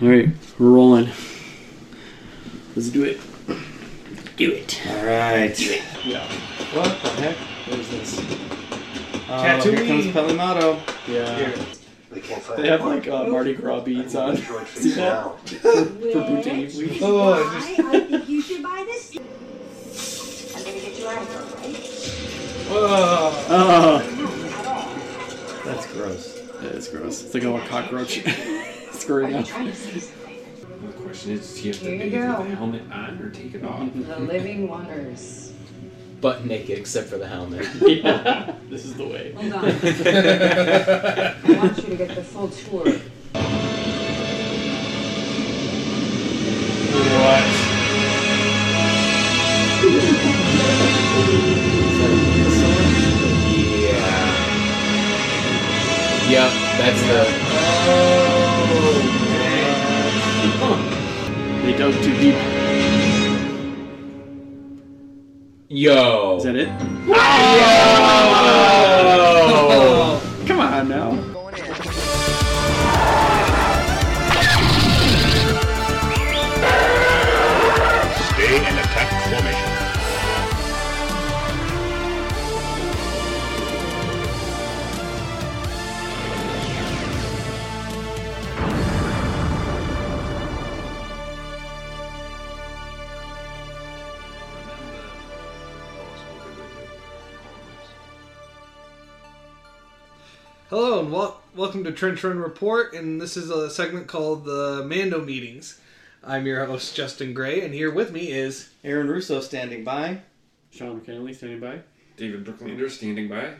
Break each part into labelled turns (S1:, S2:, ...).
S1: All right, we're rolling. Let's do it.
S2: Do it.
S3: All right.
S1: Yeah.
S3: What the heck? What is this?
S2: Um,
S3: Oh,
S1: Tattooing.
S3: here comes Pelimato.
S1: Yeah.
S4: They can't find
S1: They have like uh, Mardi Gras beads on for
S4: George Fitz
S1: that?
S4: now.
S1: Boutique Week.
S3: Oh,
S5: Why
S3: I just-
S5: I think you should buy this. I'm gonna get you out of here, right?
S3: Whoa.
S1: Oh,
S3: That's gross.
S1: that's gross. It's like a cockroach scurrying out.
S5: Trying to say something.
S6: The question is, do you have to
S7: Here you
S6: bathe with
S7: go.
S6: the helmet on or take it off?
S7: The living waters.
S2: Butt naked except for the helmet.
S1: Yeah. This is the way.
S7: Hold on. I want you to get the full tour.
S3: What?
S2: yeah. Yep, that's the.
S3: Oh.
S1: They dug too deep.
S2: Yo.
S1: Is that it?
S2: Oh!
S1: Come on now.
S8: Stay in attack formation.
S3: Hello and wel- welcome to Trench Run Report, and this is a segment called the Mando Meetings. I'm your host Justin Gray, and here with me is Aaron Russo standing by.
S1: Sean McKinley standing by.
S6: David Brooklander standing by.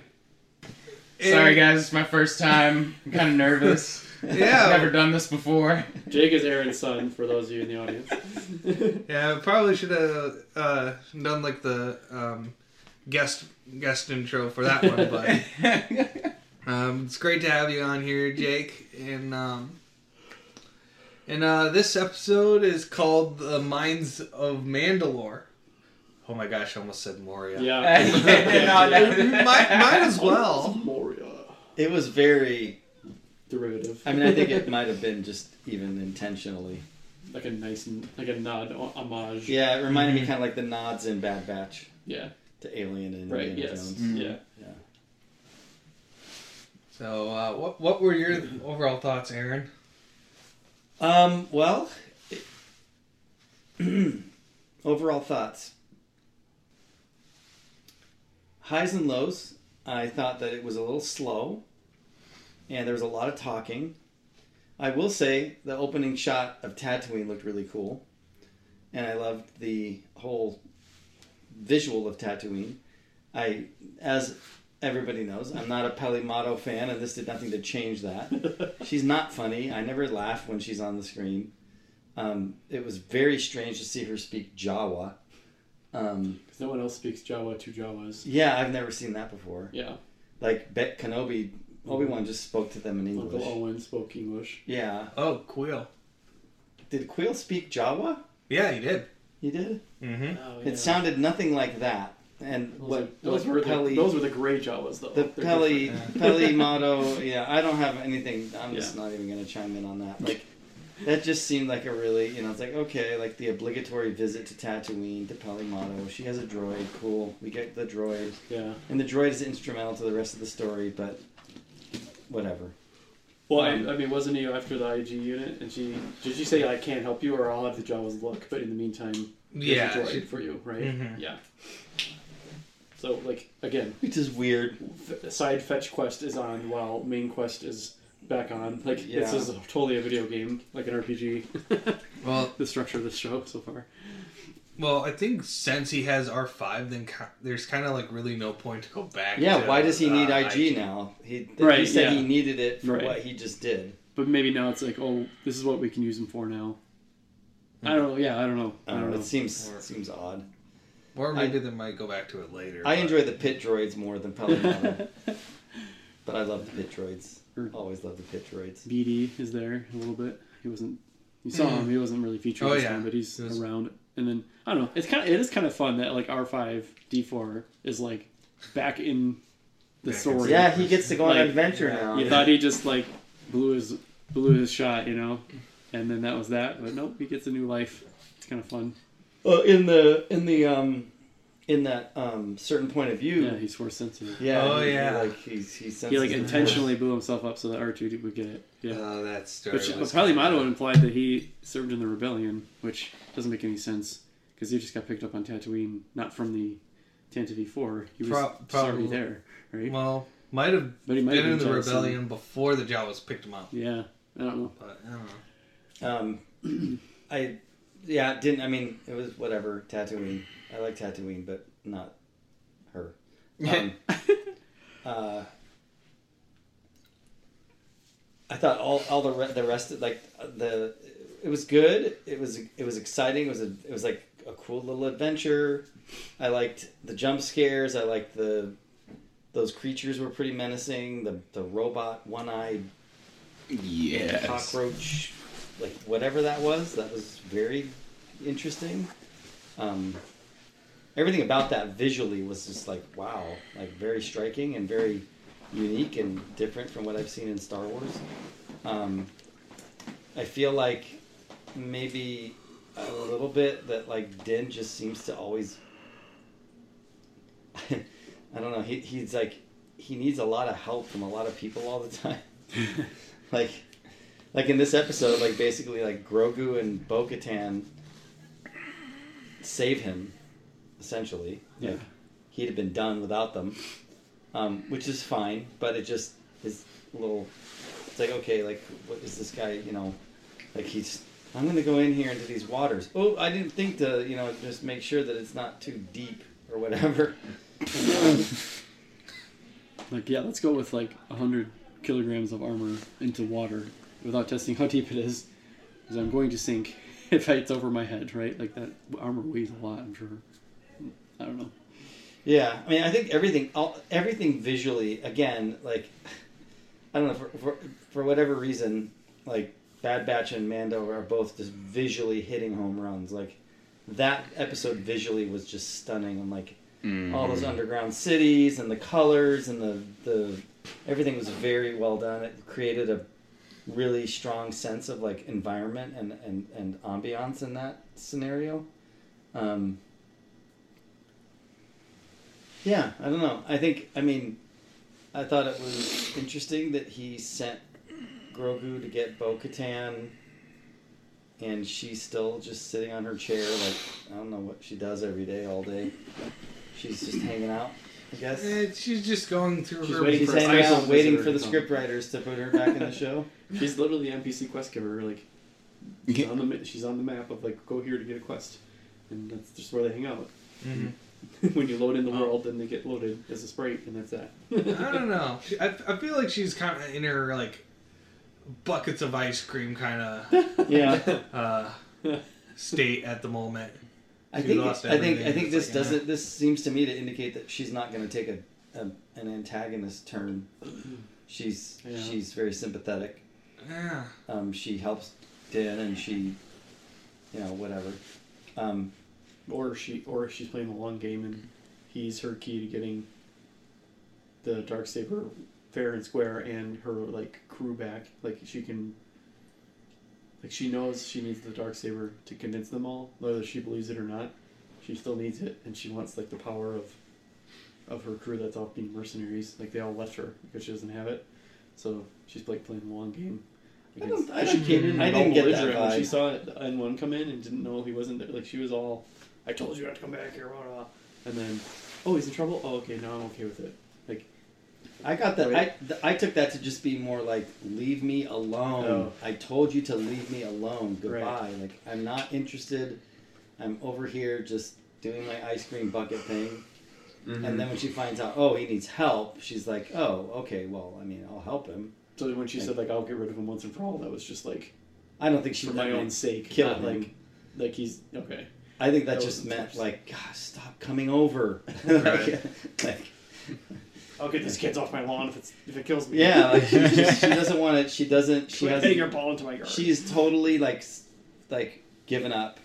S9: Sorry, guys, it's my first time. I'm kind of nervous.
S3: Yeah.
S9: Never done this before.
S1: Jake is Aaron's son, for those of you in the audience.
S3: Yeah, I probably should have uh, done like the um, guest guest intro for that one, but um, it's great to have you on here, Jake. And um, and uh, this episode is called "The Minds of Mandalore." Oh my gosh, I almost said Moria.
S9: No,
S3: might,
S9: no.
S3: might as well.
S1: Moria.
S2: It was very.
S1: Derivative.
S2: I mean, I think it might have been just even intentionally.
S1: like a nice, like a nod, o- homage.
S2: Yeah, it reminded me kind of like the nods in Bad Batch
S1: Mm-hmm. Yeah.
S2: to Alien and
S1: Right.
S2: Indiana
S1: Yes.
S2: Jones.
S1: Yeah.
S3: So, uh, what what were your overall thoughts, Aaron?
S2: Um. Well. overall thoughts. Highs and lows. I thought that it was a little slow, and there was a lot of talking. I will say the opening shot of Tatooine looked really cool, and I loved the whole visual of Tatooine. I, as everybody knows, I'm not a Pelimato fan, and this did nothing to change that. She's not funny. I never laugh when she's on the screen. Um, it was very strange to see her speak Jawa. Um,
S1: 'Cause no one else speaks Jawa to Jawas.
S2: yeah, I've never seen that before.
S1: Yeah.
S2: Like Bet Kenobi, Obi Wan just spoke to them in
S1: Uncle
S2: English.
S1: Owen spoke English.
S2: Yeah.
S3: Oh, Quill.
S2: Did Quill speak Jawa?
S3: Yeah, you did.
S2: He did.
S3: Mm-hmm.
S1: Oh,
S2: It sounded nothing like that. And
S1: Those,
S2: what?
S1: are- those
S2: what
S1: were the,
S2: Peli-
S1: those were the gray Jawas though.
S2: the
S1: They're
S2: Peli
S1: different.
S2: Peli motto. Yeah, I don't have anything. I'm just
S1: Yeah.
S2: not even gonna chime in on that. Like that just seemed like a really you know it's like okay like the obligatory visit to Tatooine to Peli motto. She has a droid. Cool. We get the droid,
S1: Yeah.
S2: and the droid is instrumental to the rest of the story. But whatever.
S1: Well, I,
S2: Um,
S1: I mean, wasn't he after the IG unit? And she did she say I can't help you or I'll have the Jawas look, but in the meantime, here's a
S3: Yeah,
S1: droid
S3: she-
S1: for you, right?
S3: Mhm.
S1: Yeah. So like again,
S2: Which is weird.
S1: f- side fetch quest is on while main quest is back on. Like
S2: Yeah.
S1: this is totally a video game, like an RPG.
S3: Well,
S1: the structure of the show so far.
S3: Well, I think since he has R five, then ki- there's kind of like really no point to go back.
S2: Yeah.
S3: to,
S2: Why does he need
S3: uh,
S2: IG now? He, he
S1: Right,
S2: said
S1: yeah.
S2: he needed it for
S1: Right.
S2: what he just did.
S1: But maybe now it's like, oh, this is what we can use them for now. I don't know. Yeah, I don't know. I
S2: I
S3: Uh,
S2: don't know. Um, It
S1: know.
S2: seems it seems odd.
S3: Or maybe they might go back to it later.
S2: I
S3: but-
S2: enjoy the pit droids more than Peli motto. But I love the pit droids.
S1: Sure.
S2: Always love the pit droids.
S1: BD is there a little bit. He wasn't. You saw him. He wasn't really featured
S3: Oh,
S1: this
S3: yeah.
S1: time, but he's
S3: It was-
S1: around. And then I don't know. It's kind of it is kind of fun that like R five D four is like back in the
S3: Back in
S1: story.
S2: Yeah, he gets to go on
S1: Like,
S2: an adventure now.
S1: You thought he just like blew his blew his shot, you know? and then that was that. But nope, he gets a new life. It's kind of fun.
S2: Uh, in the in the um, in that um, certain point of view.
S1: Yeah, he's force sensitive.
S2: Yeah,
S3: Oh,
S2: he- he,
S3: yeah.
S2: Like he's he senses
S1: He like
S2: the force.
S1: intentionally blew himself up so that R two would get it. Yeah.
S3: Oh, that story.
S1: Which
S3: was
S1: probably might have implied that he served in the rebellion, which doesn't make any sense because he just got picked up on Tatooine, not from the Tantive Four. He was
S3: Pro-
S1: already
S3: probably.
S1: there, right?
S3: Well, might have
S1: but he might
S3: been
S1: have
S3: in the
S1: Jedi
S3: rebellion before the Jawas picked him up.
S1: soon. Yeah, I don't know.
S3: But I don't know.
S2: Um, I, yeah, didn't. I mean, it was whatever. Tatooine. I like Tatooine, but not her. Um, uh, I thought all all the re- the rest of like uh, the it was good. It was it was exciting. It was a it was like a cool little adventure. I liked the jump scares. I liked the those creatures were pretty menacing. The the robot one eyed
S9: Yes.
S2: cockroach, like whatever that was. That was very interesting. Um, everything about that visually was just like wow, like very striking and very unique and different from what I've seen in Star Wars. Um, I feel like maybe a little bit that like Din just seems to always. I don't know. He, he's like he needs a lot of help from a lot of people all the time. like, like in this episode, like basically like Grogu and Bo-Katan save him, essentially.
S1: Yeah.
S2: Like, he'd have been done without them, um, which is fine. But it just is a little. It's like okay, like what is this guy? You know, like he's. I'm gonna go in here into these waters. Oh, I didn't think to, you know, just make sure that it's not too deep or whatever.
S1: Like, yeah, let's go with like hundred kilograms of armor into water without testing how deep it is, because I'm going to sink if it's over my head, right? Like that armor weighs a lot. I'm sure. I don't know.
S2: Yeah, I mean, I think everything, all, everything visually, again, like, I don't know, for, for for whatever reason, like Bad Batch and Mando are both just visually hitting home runs. Like that episode visually was just stunning. And like
S9: Mm-hmm.
S2: all
S4: Mm-hmm.
S2: those underground cities and the colors and the the everything was very well done. It created a really strong sense of like environment and and and ambiance in that scenario. Um, yeah, I don't know. I think I mean, I thought it was interesting that he sent Grogu to get Bo Katan, and she's still just sitting on her chair, like I don't know what she does every day, all day. She's just hanging out, I guess.
S3: Eh, she's just going through
S1: She's
S3: her.
S1: waiting
S2: She's
S1: for-
S2: hanging
S1: special
S2: out, waiting
S1: visitor
S2: for the
S1: to come.
S2: scriptwriters to put her back in the show.
S1: She's literally the NPC quest giver. Like she's on the ma- she's on the map of like go here to get a quest, and that's just where they hang out.
S3: Mhm.
S1: when you load in the world, then they get loaded as a sprite, and that's that.
S3: I don't know. She- I, I feel like she's kind of in her like buckets of ice cream kind of
S2: Yeah.
S3: uh, state at the moment.
S2: I
S3: She
S2: think
S3: lost
S2: I think I
S3: everything.
S2: think this
S3: Yeah.
S1: uh-huh.
S2: doesn't. This seems to me to indicate that she's not going to take a, a an antagonist turn. She's
S1: Yeah.
S2: she's very sympathetic.
S3: Yeah.
S2: Um, she helps Din, and she, you know, whatever. Um,
S1: or she or she's playing the long game, and he's her key to getting the dark saber fair and square, and her like crew back. Like she can. Like she knows she needs the dark saber to convince them all, whether she believes it or not. She still needs it, and she wants like the power of, of her crew that's all being mercenaries. Like they all left her because she doesn't have it, so she's like playing the long game.
S2: I don't- I
S1: But she
S2: don't-
S1: came in
S2: I
S1: all
S2: didn't get that
S1: belligerent when She
S2: vibe.
S1: saw N one come in and didn't know he wasn't there. Like she was all, "I told you not to come back here," blah, blah, blah." and then, "Oh, he's in trouble. Oh, okay, now I'm okay with it." Like,
S2: I got that.
S1: Right.
S2: I th- I took that to just be more like, leave me alone.
S1: Oh.
S2: I told you to leave me alone. Goodbye.
S1: Right.
S2: Like I'm not interested. I'm over here just doing my ice cream bucket thing.
S1: Mm-hmm.
S2: And then when she finds out, oh, he needs help, she's like, oh, okay, well, I mean, I'll help him.
S1: so when she said like, "I'll get rid of him once and for all," that was just like
S2: I don't think she
S1: for my
S2: that
S1: own
S2: meant-
S1: sake,
S2: kill
S1: not
S2: him.
S1: like, like he's okay.
S2: I think that,
S1: That
S2: just
S1: wasn't
S2: meant
S1: touched.
S2: like, gosh, stop coming over. like, like,
S1: I'll get this kid's off my lawn if it's if it kills me.
S2: yeah, like she, just, she doesn't want it. She doesn't. She
S1: she has hitting her
S2: has.
S1: ball into my yard.
S2: She's totally like, s- like given up,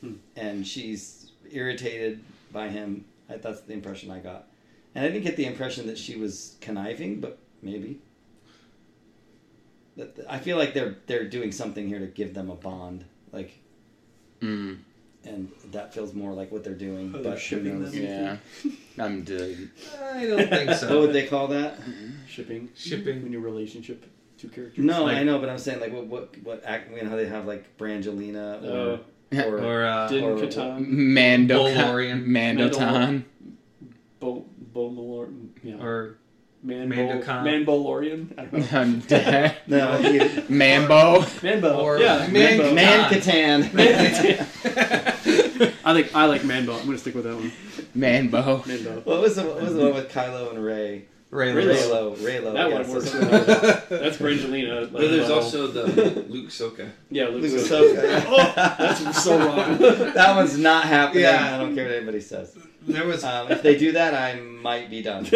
S1: Hmm.
S2: and she's irritated by him. I, that's the impression I got, and I didn't get the impression that she was conniving, but maybe. that I feel like they're they're doing something here to give them a bond, like,
S9: Mm,
S2: and that feels more like what they're doing.
S1: Oh,
S2: but
S1: they're
S2: who
S1: shipping
S2: knows?
S1: them?
S9: yeah. I'm dead.
S3: I don't think
S2: What would
S3: so.
S2: they call that?
S1: Shipping.
S3: Shipping.
S1: When your relationship, two characters.
S2: No,
S9: Like-
S2: I know, but I'm saying like what what what act? You know how they have like Brangelina or
S1: Uh,
S2: or,
S3: Or uh,
S1: Din
S2: or-
S1: Katan,
S9: Mando
S3: Mandalorian.
S9: Mandotan.
S1: Bo, Bo Malor, yeah,
S3: or
S1: Man,
S3: Mando Khan.
S1: Manbolorian. I don't know.
S9: I'm dead.
S2: no you,
S9: Mambo.
S1: Manbo.
S3: Or
S1: yeah,
S3: Man-
S1: Manbo.
S2: Man
S3: Khan.
S2: Catan.
S1: I like I like Manbo. I'm gonna stick with that one.
S9: Manbo.
S1: Manbo.
S2: What was the what was the one with Kylo and Ray?
S3: Ray
S1: Really? Oh,
S3: Lewis.
S2: Raylo, Raylo.
S1: That
S2: yes,
S1: one works.
S2: that's-
S1: really well. That's Brangelina. like,
S6: But there's
S1: level.
S6: also the Luke Soka.
S1: yeah, Luke.
S2: Luke
S1: Soka.
S2: Ahsoka.
S1: oh, that's so wrong.
S2: That one's not happening.
S3: Yeah.
S2: I don't care what anybody says.
S3: There was.
S2: Um, if they do that, I might be done.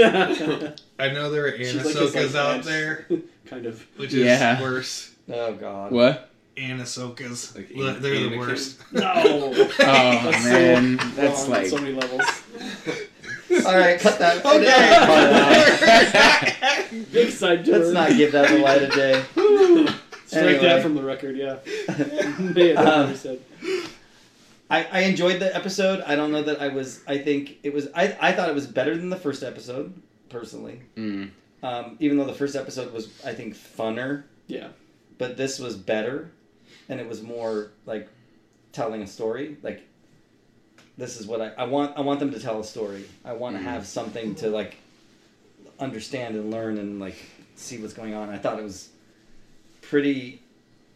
S3: I know there were
S1: She's like this,
S3: Anasokas
S1: like,
S3: out
S1: edge.
S3: there,
S1: kind of.
S3: which is
S9: Yeah.
S3: worse.
S2: Oh God.
S9: What?
S3: Anasokas.
S6: Like
S3: They're
S6: An-
S3: the
S6: Anakin?
S3: worst.
S1: No.
S9: Oh man, that's
S1: Wrong on
S9: like.
S1: so many levels.
S2: All right, cut that.
S3: Okay.
S2: that part out.
S1: Big side door.
S2: Let's not give that the light of day.
S1: Strike
S2: Anyway. Um,
S1: that from the record. Yeah. yeah that's what we said.
S2: I, I enjoyed the episode. I don't know that I was. I think it was. I, I thought it was better than the first episode, personally.
S9: Mm.
S2: Um, even though the first episode was, I think, funner,
S1: Yeah.
S2: but this was better, and it was more like telling a story. Like this is what I, I want. I want them to tell a story. I want
S1: Mm-hmm.
S2: to have something to like understand and learn and like see what's going on. I thought it was pretty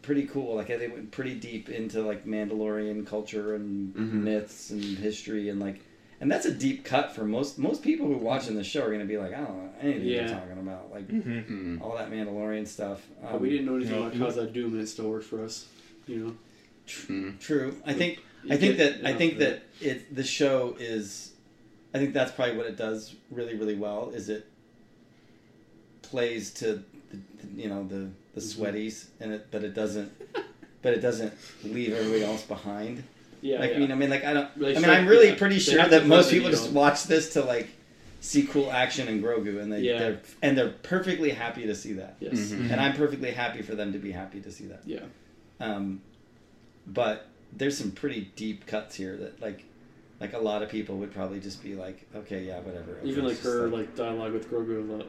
S2: pretty cool. Like they went pretty deep into like Mandalorian culture and
S1: Mm-hmm.
S2: myths and history and like and that's a deep cut for most most people who watching the show are gonna be like, I don't know anything you're
S1: Yeah.
S2: talking about. Like
S9: Mm.
S2: all that Mandalorian stuff. Um,
S1: But we didn't know anything about Khazad Doom, and it still worked for us. You know.
S9: Mm.
S2: True. I think
S1: You
S2: I
S1: get
S2: think that I
S1: enough
S2: think
S1: of
S2: that it the show is I think that's probably what it does really really well is it plays to the, the- you know the the
S1: Mm-hmm.
S2: sweaties and it but it doesn't but it doesn't leave everybody else behind.
S1: Yeah.
S2: like
S1: yeah.
S2: I mean I mean like I don't
S1: They
S2: I mean
S1: should-
S2: I'm really
S1: yeah.
S2: pretty
S1: They
S2: sure
S1: have to
S2: that most
S1: focus
S2: people
S1: on-
S2: just watch this to like see cool action and Grogu and they
S1: Yeah.
S2: they're and they're perfectly happy to see that.
S1: Yes.
S9: Mhm.
S2: And I'm perfectly happy for them to be happy to see that.
S1: Yeah.
S2: Um, but there's some pretty deep cuts here that like like a lot of people would probably just be like, okay, yeah, whatever. Okay,
S1: Even
S2: it's
S1: like
S2: just
S1: her like dialogue with Grogu about,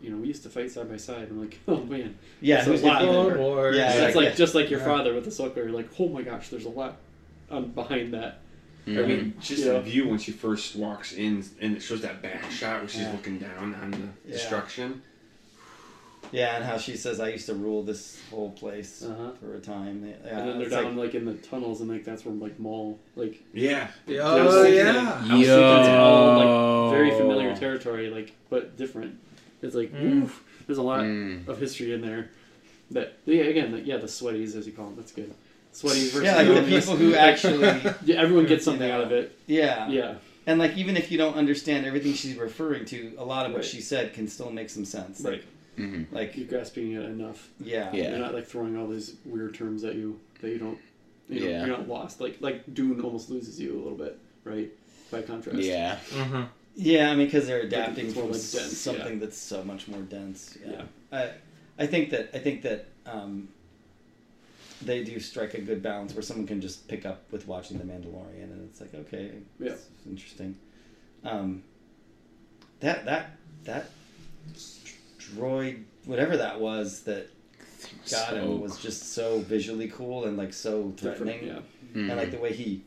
S1: you know, we used to fight side by side. I'm like, oh man,
S2: yeah,
S1: it's a
S2: who's gonna
S1: lot
S2: be the-
S1: more.
S3: Or
S2: Yeah,
S1: that's like
S2: yeah.
S1: just like your
S3: Yeah.
S1: father with the Ahsoka. You're like, oh my gosh, there's a lot um, behind that.
S6: I mean, just
S1: Yeah.
S6: the view when she first walks in, and it shows that back shot where she's
S2: Yeah.
S6: looking down on the
S2: Yeah.
S6: destruction.
S2: yeah, and how she says, I used to rule this whole place
S1: Uh-huh.
S2: for a time. Yeah,
S1: and then they're
S2: it's like-
S1: down like, in the tunnels, and like that's where like Maul like.
S6: Yeah.
S1: I was
S3: Oh
S1: thinking, like,
S3: yeah.
S1: I was thinking it's all
S9: Yo.
S1: like very familiar territory, like but different. It's like oof, there's a lot
S9: Mm.
S1: of history in there. That yeah, again, like, yeah, the sweaties as you call them. That's good. Sweaties versus
S2: yeah, like the
S1: normies.
S2: people who actually,
S1: Yeah, everyone gets something out of it.
S2: yeah.
S1: Yeah,
S2: and like even if you don't understand everything she's referring to, a lot of what
S1: Right.
S2: she said can still make some sense.
S1: like
S9: Mhm.
S2: Like,
S1: you're
S2: like,
S1: grasping it enough.
S2: yeah,
S9: Yeah.
S1: You're not like throwing all these weird terms at you that you don't. You know,
S9: Yeah.
S1: You're not lost. Like like Dune almost loses you a little bit, right? By contrast.
S9: Yeah.
S3: Uh-huh.
S2: Yeah, I mean, because they're adapting
S1: it's more
S2: from
S1: like
S2: s-
S1: dense,
S2: something
S1: yeah.
S2: that's so much more dense. Yeah, I, I think that I think that um, they do strike a good balance where someone can just pick up with watching The Mandalorian, and it's like, okay,
S1: Yeah.
S2: it's interesting. Um, that that that droid, whatever that was, that got him was just so visually cool and like so
S1: Different.
S2: threatening
S1: Yeah.
S4: mm.
S2: and like the way he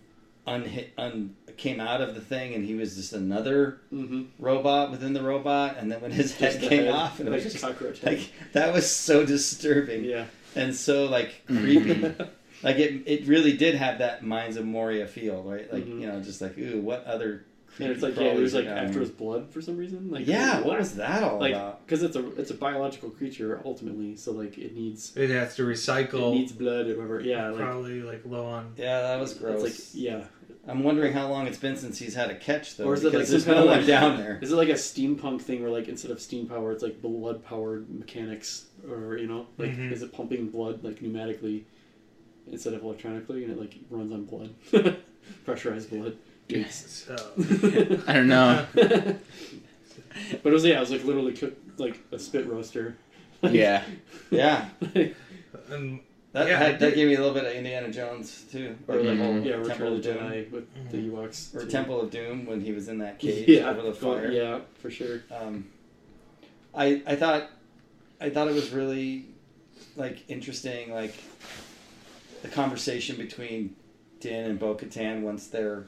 S2: unhit un came out of the thing and he was just another
S1: Mm-hmm.
S2: robot within the robot and then when his head came off and it
S1: like
S2: was
S1: a
S2: just
S1: cockroach. head.
S2: like that was so disturbing
S1: yeah.
S2: and so like creepy like it it really did have that minds of moria feel right like
S1: Mhm.
S2: you know just like ooh what other
S1: And
S2: creepy
S1: it's like yeah,
S2: crawlies
S1: there's
S2: are
S1: like
S2: down
S1: after
S2: here?
S1: his blood for some reason. Like
S2: yeah
S1: what?
S2: what was that all
S1: like
S2: about
S1: because it's a it's a biological creature ultimately, so like it needs
S3: It has to
S1: it
S3: recycle.
S1: needs blood or whatever. Yeah, like
S3: probably like low on.
S2: yeah that was gross
S1: It's like yeah,
S2: i'm wondering how long it's been since he's had a catch though
S1: or is it like
S2: because there's
S1: some kind
S2: no
S1: of
S2: one
S1: like,
S2: down there
S1: Is it like a steampunk thing where like instead of steam power, it's like blood powered mechanics, or you know, like
S3: Mhm.
S1: is it pumping blood like pneumatically instead of electronically, and it like runs on blood, pressurized blood.
S3: So
S9: I don't know.
S1: But it was yeah, it was like literally cooked like a spit roaster.
S4: yeah.
S2: Yeah,
S3: And
S2: that
S3: Yeah,
S2: had-
S3: I
S2: that
S3: did.
S2: gave me a little bit of Indiana Jones too,
S1: Or like
S4: Mhm.
S1: Mm-hmm. yeah, Return
S2: Mm-hmm.
S1: of the Jedi
S2: Temple of Doom. Mm-hmm.
S1: with the Ewoks.
S2: or
S1: too.
S2: Temple of Doom when he was in that cage
S1: Yeah,
S2: over the
S1: go-
S2: fire.
S1: yeah, for sure.
S2: um, I I thought I thought it was really like interesting, like the conversation between Din and Bo Katan once they're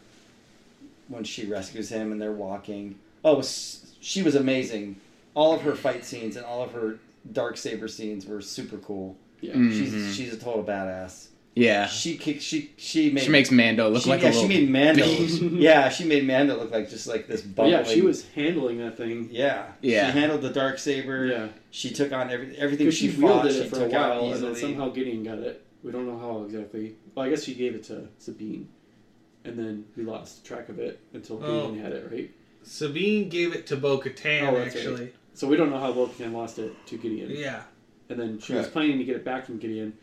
S2: once she rescues him and they're walking. Oh, it was, she was amazing. All of her fight scenes and all of her dark saber scenes were super cool.
S1: Yeah.
S4: Mhm.
S2: She's she's a total badass.
S4: Yeah.
S2: She kick, she she made
S4: She makes Mando look
S2: she,
S4: like
S2: yeah,
S4: a
S2: she
S4: little
S2: made Mando.
S4: bitch.
S2: yeah, she made Mando look like just like this
S1: But
S2: bumbling.
S1: yeah, she was handling that thing.
S2: Yeah,
S4: Yeah.
S2: She handled the dark saber.
S1: Yeah,
S2: She took on every, everything
S1: because
S2: she,
S1: she
S2: fought.
S1: wielded
S2: She
S1: it for a
S2: took out
S1: while, and then
S2: easily.
S1: somehow Gideon got it. We don't know how exactly. Well, I guess she gave it to Sabine, and then we lost track of it until
S3: Oh.
S1: Gideon had it, right?
S3: Sabine gave it to Bo Katan,
S1: Oh, that's
S3: actually.
S1: So we don't know how Vulcan lost it to Gideon.
S3: Yeah.
S1: And then she was
S4: Correct.
S1: planning to get it back from Gideon,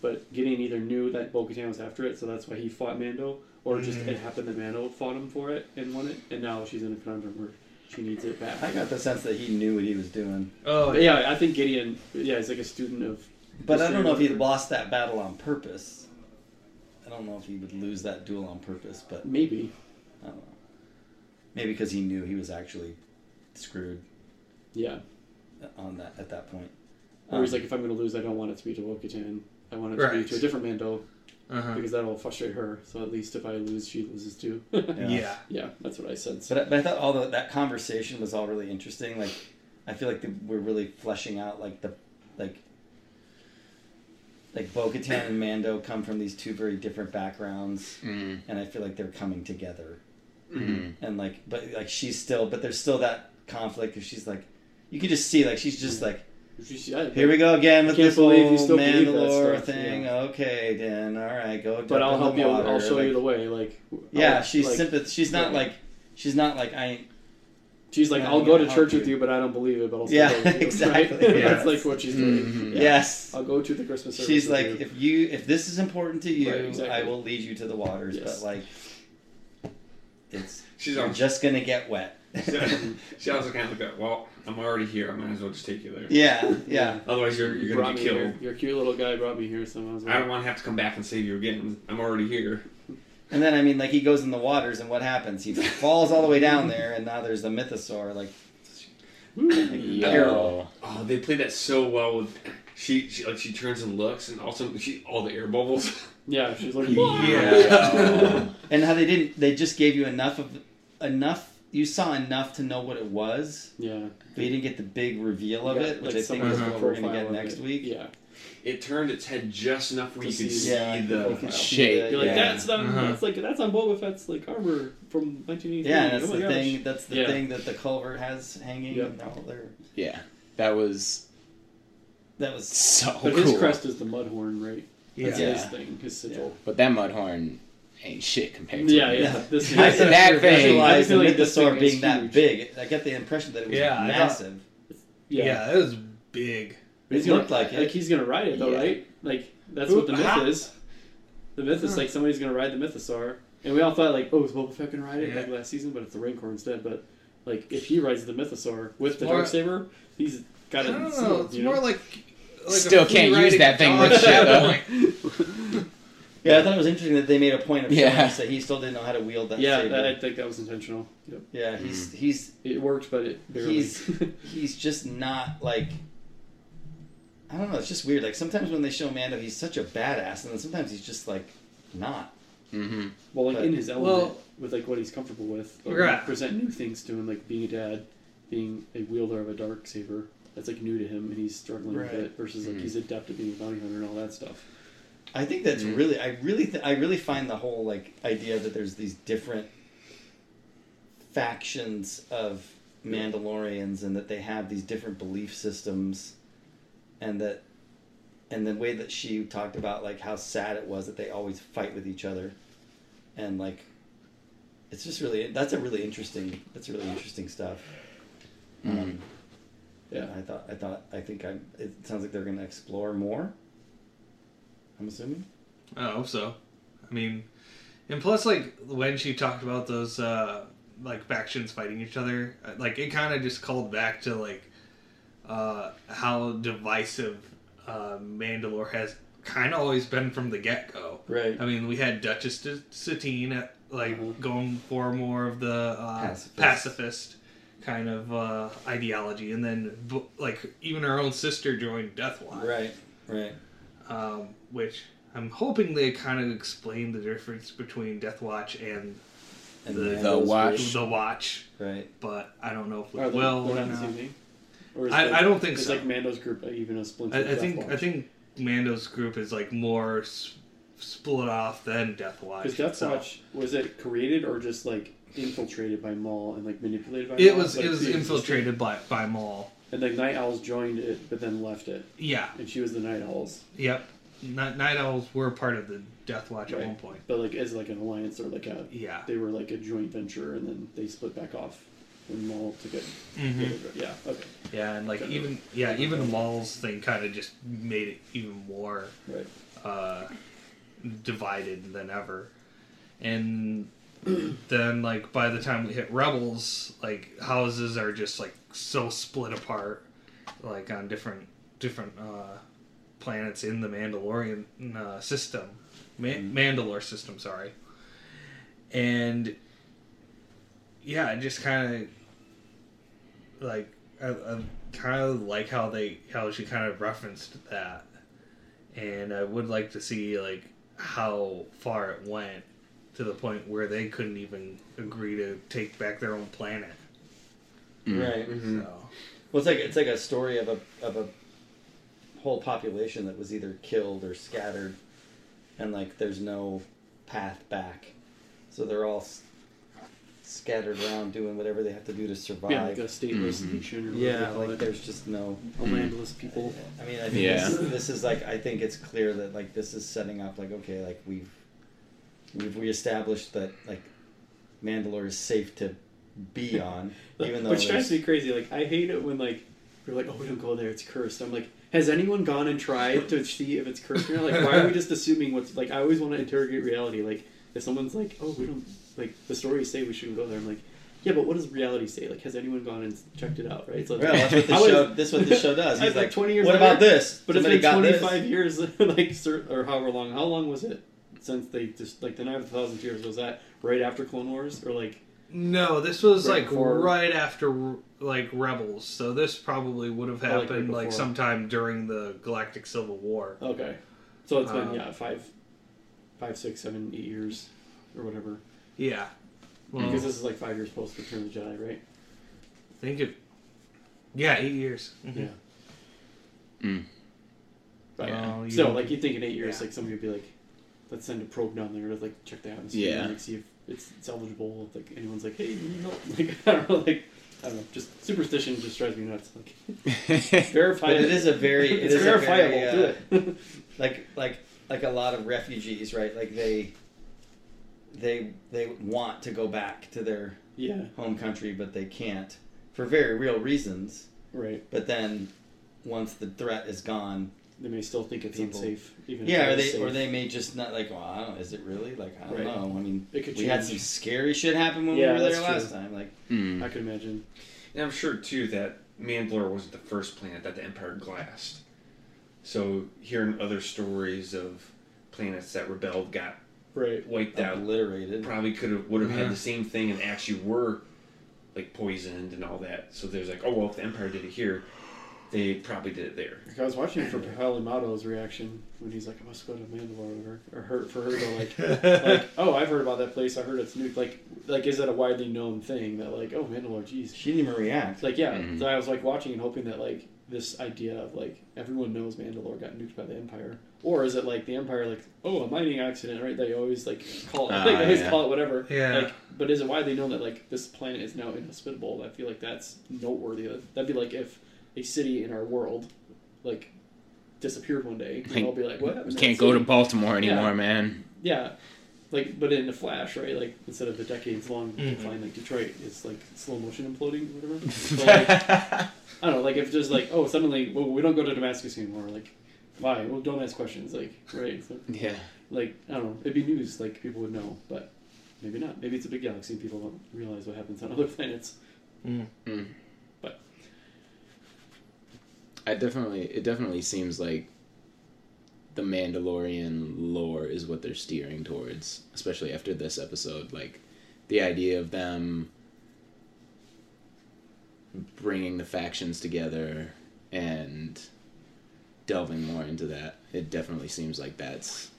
S1: but Gideon either knew that Bo-Katan was after it, so that's why he fought Mando, or just it happened that Mando fought him for it and won it, and now she's in a conundrum where she needs it back.
S2: I got the sense that he knew what he was doing,
S3: Oh,
S1: But yeah, I think Gideon, yeah, he's like a student of.
S2: but I don't know if he
S1: history.
S2: lost that battle on purpose. I don't know if he would lose that duel on purpose, but
S1: Maybe.
S2: I don't know. Maybe because he knew he was actually screwed
S1: Yeah.
S2: on that at that point.
S1: Or he's
S2: Um,
S1: like, if I'm going to lose, I don't want it to be to Bo-Katan. I want it to
S3: Right.
S1: be to a different Mando
S3: Uh-huh.
S1: because that'll frustrate her. So at least if I lose, she loses too.
S2: yeah.
S3: Yeah.
S1: yeah, that's what I said.
S2: But I, but I thought all the, that conversation was all really interesting. Like, I feel like the, we're really fleshing out like the like like Bo-Katan and Mando come from these two very different backgrounds,
S4: Mm,
S2: and I feel like they're coming together.
S1: Mm-hmm.
S4: mm,
S2: And like, but like she's still, but there's still that conflict because she's like, you can just see like she's just like, here we go again with
S1: I can't
S2: this
S1: believe you
S2: whole
S1: still believe that
S2: Mandalore
S1: stuff,
S2: thing.
S1: yeah.
S2: Okay, then all right, go.
S1: But
S2: dip
S1: I'll
S2: in the
S1: help you. I'll
S2: water,"
S1: show
S2: like-
S1: you the way. Like,
S2: Yeah,
S1: I'll,
S2: she's
S1: like,
S2: sympath- She's not
S1: Right.
S2: like. She's not like I ain't
S1: She's like,
S2: Yeah,
S1: I'll
S2: I'm
S1: go
S2: gonna
S1: to church
S2: help
S1: with
S2: you.
S1: you, but I don't believe it. But I'll still
S2: Yeah,
S1: go with you,
S2: exactly.
S1: Right?
S2: Yes.
S1: That's like what she's doing.
S4: Mhm.
S1: Yeah.
S2: Yes.
S1: I'll go to the Christmas service.
S2: She's
S1: with
S2: like,
S1: you.
S2: if you if this is important to you,
S1: Right, exactly.
S2: I will lead you to the waters.
S1: Yes.
S2: But like, it's
S6: She's
S2: you're
S6: on.
S2: just gonna get wet.
S6: she also kind of looked at, well, I'm already here. I might as well just take you there.
S2: yeah, yeah.
S6: Otherwise, you're, you're
S1: brought
S6: going
S1: me
S6: to be killed.
S1: here. Your cute little guy brought me here, so I was like,
S6: I don't want to have to come back and save you again. I'm already here.
S2: And then I mean, like he goes in the waters, and what happens? He falls all the way down there, and now there's the mythosaur. Like,
S4: yo.
S6: Oh, they played that so well with. She, she like she turns and looks, and also she all the air bubbles.
S1: yeah, she's like,
S4: Yeah.
S2: and how they didn't? They just gave you enough of enough. You saw enough to know what it was,
S1: yeah.
S2: but you didn't get the big reveal of
S1: Yeah,
S2: it, which
S1: like
S2: I think
S1: someone's
S2: is what we're gonna
S1: profile
S2: get
S1: of
S2: next
S1: it.
S2: week.
S1: Yeah,
S6: It turned its head just enough where
S1: To
S6: you could
S1: see-
S6: see,
S2: Yeah, you
S6: the.
S2: can see
S4: shape.
S2: the-
S1: you're like
S2: yeah.
S1: that's the,
S3: Uh-huh.
S1: that's like that's on Boba Fett's like armor from 1983.
S2: Yeah, and that's
S1: oh my
S2: the
S1: gosh.
S2: thing. That's the
S1: Yeah.
S2: thing that the culvert has hanging.
S1: Yeah.
S2: and all their-
S4: Yeah. That was
S2: that was
S4: so
S1: But
S4: cool.
S1: his crest is the Mudhorn, right?
S3: Yeah.
S1: That's
S4: Yeah.
S1: his thing, his sigil.
S4: But that mudhorn ain't shit compared to
S1: Yeah, yeah.
S4: it.
S2: Yeah.
S1: This
S4: I
S1: is
S4: said that thing.
S2: Why is the
S1: Like, this
S2: mythosaur
S1: thing is
S2: being that
S1: huge.
S2: big? I get the impression that it was
S3: Yeah, I
S2: massive.
S1: yeah.
S3: it was big.
S1: But he's
S2: It
S1: gonna
S2: looked like it.
S1: he's gonna ride it though,
S4: Yeah.
S1: right? Like that's
S6: Who-
S1: what the myth
S6: how-
S1: is. The myth is
S3: Huh.
S1: like somebody's gonna ride the mythosaur, and we all thought like, oh, is Boba Fett gonna ride it
S3: Yeah.
S1: like last season? But it's the Rancor instead. But like, if he rides the mythosaur with the
S3: More-
S1: dark saber, he's
S3: I
S1: got
S3: don't
S1: it.
S3: know.
S1: sealed,
S3: It's
S1: You
S3: more
S1: know?
S3: like. like a
S4: Still
S3: flea
S4: can't use
S3: riding
S4: that thing
S3: dog
S4: with
S3: at
S4: shit,
S3: that
S4: though.
S3: point.
S2: Yeah, I thought it was interesting that they made a point of showing
S4: Yeah.
S2: us that he still didn't know how to wield that
S1: yeah,
S2: saber.
S1: that, I think that was intentional. Yep.
S2: yeah, he's he's
S1: It worked, but it barely.
S2: he's he's just not like. I don't know. It's just weird. Like sometimes when they show Mando, he's such a badass, and then sometimes he's just like not.
S4: Mm-hmm.
S1: well, like
S2: but-
S1: in his element
S3: well-
S1: with like what he's comfortable with. But
S3: Right.
S1: we Present new things to him, like being a dad, being a wielder of a dark saber. That's like new to him, and he's struggling
S2: Right. Hmm.
S1: with it. Versus like he's adept at being a bounty hunter and all that stuff.
S2: I think that's really. I really. Th- I really find the whole like idea that there's these different factions of Mandalorians and that they have these different belief systems, and that, and the way that she talked about like how sad it was that they always fight with each other, and like, it's just really. That's a really interesting. That's really interesting stuff. Um,
S1: Mm-hmm. Yeah.
S2: I thought. I thought. I think. I. It sounds like they're going to explore more. I'm assuming.
S3: I hope so. I mean, and plus, like when she talked about those uh like factions fighting each other, uh, like it kind of just called back to like uh, how divisive uh, Mandalore has kind of always been from the get go.
S2: Right.
S3: I mean, we had Duchess de Satine at, like going for more of the uh,
S2: Pacifist.
S3: pacifist. kind of uh, ideology, and then b- like even our own sister joined Deathwatch,
S2: Right. Right.
S3: um, which I'm hoping they kind of explain the difference between Deathwatch and
S2: And
S3: The
S2: Mando's
S4: watch.
S2: rich.
S3: the Watch,
S2: Right.
S3: but I don't know if we
S1: Are they-
S3: will.
S1: they're
S3: or
S1: not the
S3: not.
S1: same thing? Or is
S3: I-
S1: the-
S3: I don't think
S1: is
S3: so.
S1: like Mando's group uh, even a splinter.
S3: I,
S1: of
S3: I
S1: Death
S3: think
S1: Watch?
S3: I think Mando's group is like more s- split off than Death Watch.
S1: Because Death
S3: itself.
S1: Watch was it created or just like infiltrated by Maul and like manipulated by
S3: It
S1: Maul?
S3: was
S1: But
S3: it was
S1: pre-existed.
S3: infiltrated by by Maul.
S1: and like Night Owls joined it, but then left it,
S3: Yeah.
S1: and she was the Night Owls,
S3: Yep. Night, Night Owls were part of the Death Watch at
S1: Right.
S3: one point.
S1: but like as like an alliance or like a
S3: Yeah.
S1: they were like a joint venture, and then they split back off when Maul took it.
S3: Mhm.
S1: Yeah, okay,
S3: Yeah, and like even yeah, even Maul's thing kind of just made it even more
S1: right.
S3: uh, divided than ever. And then, like, by the time we hit Rebels, like, houses are just, like, so split apart, like, on different, different, uh, planets in the Mandalorian uh, system. Ma- Mandalore system, sorry. And, yeah, it just kind of, like, I, I kind of like how they, how she kind of referenced that and I would like to see like how far it went to the point where they couldn't even agree to take back their own planet.
S2: Right.
S1: Hmm.
S6: Mm-hmm.
S3: So
S2: Well, it's like it's like a story of a of a whole population that was either killed or scattered, and like there's no path back, so they're all s- scattered around doing whatever they have to do to survive.
S1: Yeah, like a stateless nation or
S2: Mm-hmm. Yeah,
S1: whatever
S2: like Mm-hmm.
S1: they call
S2: there's just no.
S1: it, a landless people.
S2: I mean, I think
S4: Yeah.
S2: this, this is like I think it's clear that like this is setting up like okay, like we've we've reestablished that like Mandalore is safe to be on, even though
S1: Which drives
S2: there's-
S1: me crazy. Like I hate it when like we're like, oh, we don't go there. It's cursed. I'm like, has anyone gone and tried to see if it's cursed or not? Like, why are we just assuming what's like? I always want to interrogate reality. Like, if someone's like, oh, we don't like the stories say we shouldn't go there. I'm like, yeah, but what does reality say? Like, has anyone gone and checked it out? Right. So
S2: Well, that's what
S1: I
S2: this
S1: was-
S2: show. This is what this show does.
S1: I
S2: He's
S1: was like, 20 years
S2: What
S1: later,
S2: about this?
S1: But
S2: Somebody
S1: it's been
S2: got this?
S1: 25 years, like, cer- or however long. How long was it since they just like the Night of the Thousand Tears? Was that right after Clone Wars or like?
S3: no, this was
S1: Right
S3: like
S1: before-
S3: right after like Rebels, so this probably would have
S1: Oh, like right
S3: happened like,
S1: before.
S3: sometime during the Galactic Civil War.
S1: Okay. So it's been
S2: Uh,
S3: Um,
S1: yeah five, five, six, seven, eight years, or whatever.
S3: Yeah. Well,
S1: Because this is like five years post Return of the Jedi, right?
S3: I think it. Yeah, eight years.
S1: Yeah.
S2: Hmm.
S4: Mm.
S1: But
S4: Yeah.
S3: Well, you
S1: still,
S3: don't-
S1: like you think in eight years,
S3: Yeah.
S1: like somebody would be like, "Let's send a probe down there to like check the atmosphere
S4: Yeah.
S1: and like, see if it's salvageable." If like anyone's like, "Hey, you need help?" Like I don't know, like I don't know, just superstition just drives me nuts. Like verify.
S2: But it is a very.
S1: it's
S2: it is a
S1: verifiable.
S2: very, uh,
S1: Do it.
S2: like like like a lot of refugees, right? Like they they they want to go back to their
S1: yeah.
S2: home country, but they can't for very real reasons.
S1: Right.
S2: But then once the threat is gone,
S1: They may still think it's
S2: People.
S1: unsafe. Even if
S2: yeah,
S1: it
S2: or
S1: is
S2: they or
S1: safe.
S2: they may just not like. Well, I don't. Is it really? Like I don't
S1: Right.
S2: know. I mean,
S1: It could
S2: we had some
S1: change.
S2: scary shit happen when
S1: Yeah,
S2: we were there
S1: that's true.
S2: last time. Like
S4: Mm.
S1: I could imagine.
S6: And I'm sure too that Mandalore wasn't the first planet that the Empire glassed. So hearing other stories of planets that rebelled got
S1: Right.
S6: wiped out,
S2: obliterated.
S6: probably could have would have
S3: Yeah.
S6: had the same thing and actually were like poisoned and all that. So there's like, oh well, if the Empire did it here, they probably did it there.
S1: Like, I was watching for Palimato's reaction when he's like, "I must go to Mandalore," or whatever, or her for her to like, like, "Oh, I've heard about that place. I heard it's new." Like, like is that a widely known thing that like, "Oh, Mandalore, geez."
S2: She didn't even react.
S1: Like, yeah.
S4: Mhm.
S1: So I was like watching and hoping that like this idea of like everyone knows Mandalore got nuked by the Empire, or is it like the Empire like, "Oh, a mining accident," right? They always like call it.
S4: Ah,
S1: they always
S4: yeah.
S1: call it whatever.
S3: Yeah.
S1: Like, but is it widely known that like this planet is now inhospitable? I feel like that's noteworthy. That'd be like if a city in our world, like, disappeared one day, and
S4: Like,
S1: I'll be like, "What?"
S4: We
S1: happened to
S4: can't
S1: that
S4: go to
S1: city?
S4: Baltimore anymore,
S1: Yeah.
S4: man.
S1: Yeah, like, but in the Flash, right? Like, instead of the decades long
S3: Mhm.
S1: decline, like Detroit is like slow motion imploding, or whatever. So, like, I don't know. Like, if just like, oh, suddenly, well, we don't go to Damascus anymore. Like, why? Well, don't ask questions. Like, right? So,
S4: Yeah.
S1: like, I don't know. It'd be news. Like, people would know, but maybe not. Maybe it's a big galaxy and people don't realize what happens on other planets.
S3: Mm.
S4: Mm.
S1: But
S4: I definitely it definitely seems like the Mandalorian lore is what they're steering towards, especially after this episode. Like the idea of them bringing the factions together and delving more into that. It definitely seems like that's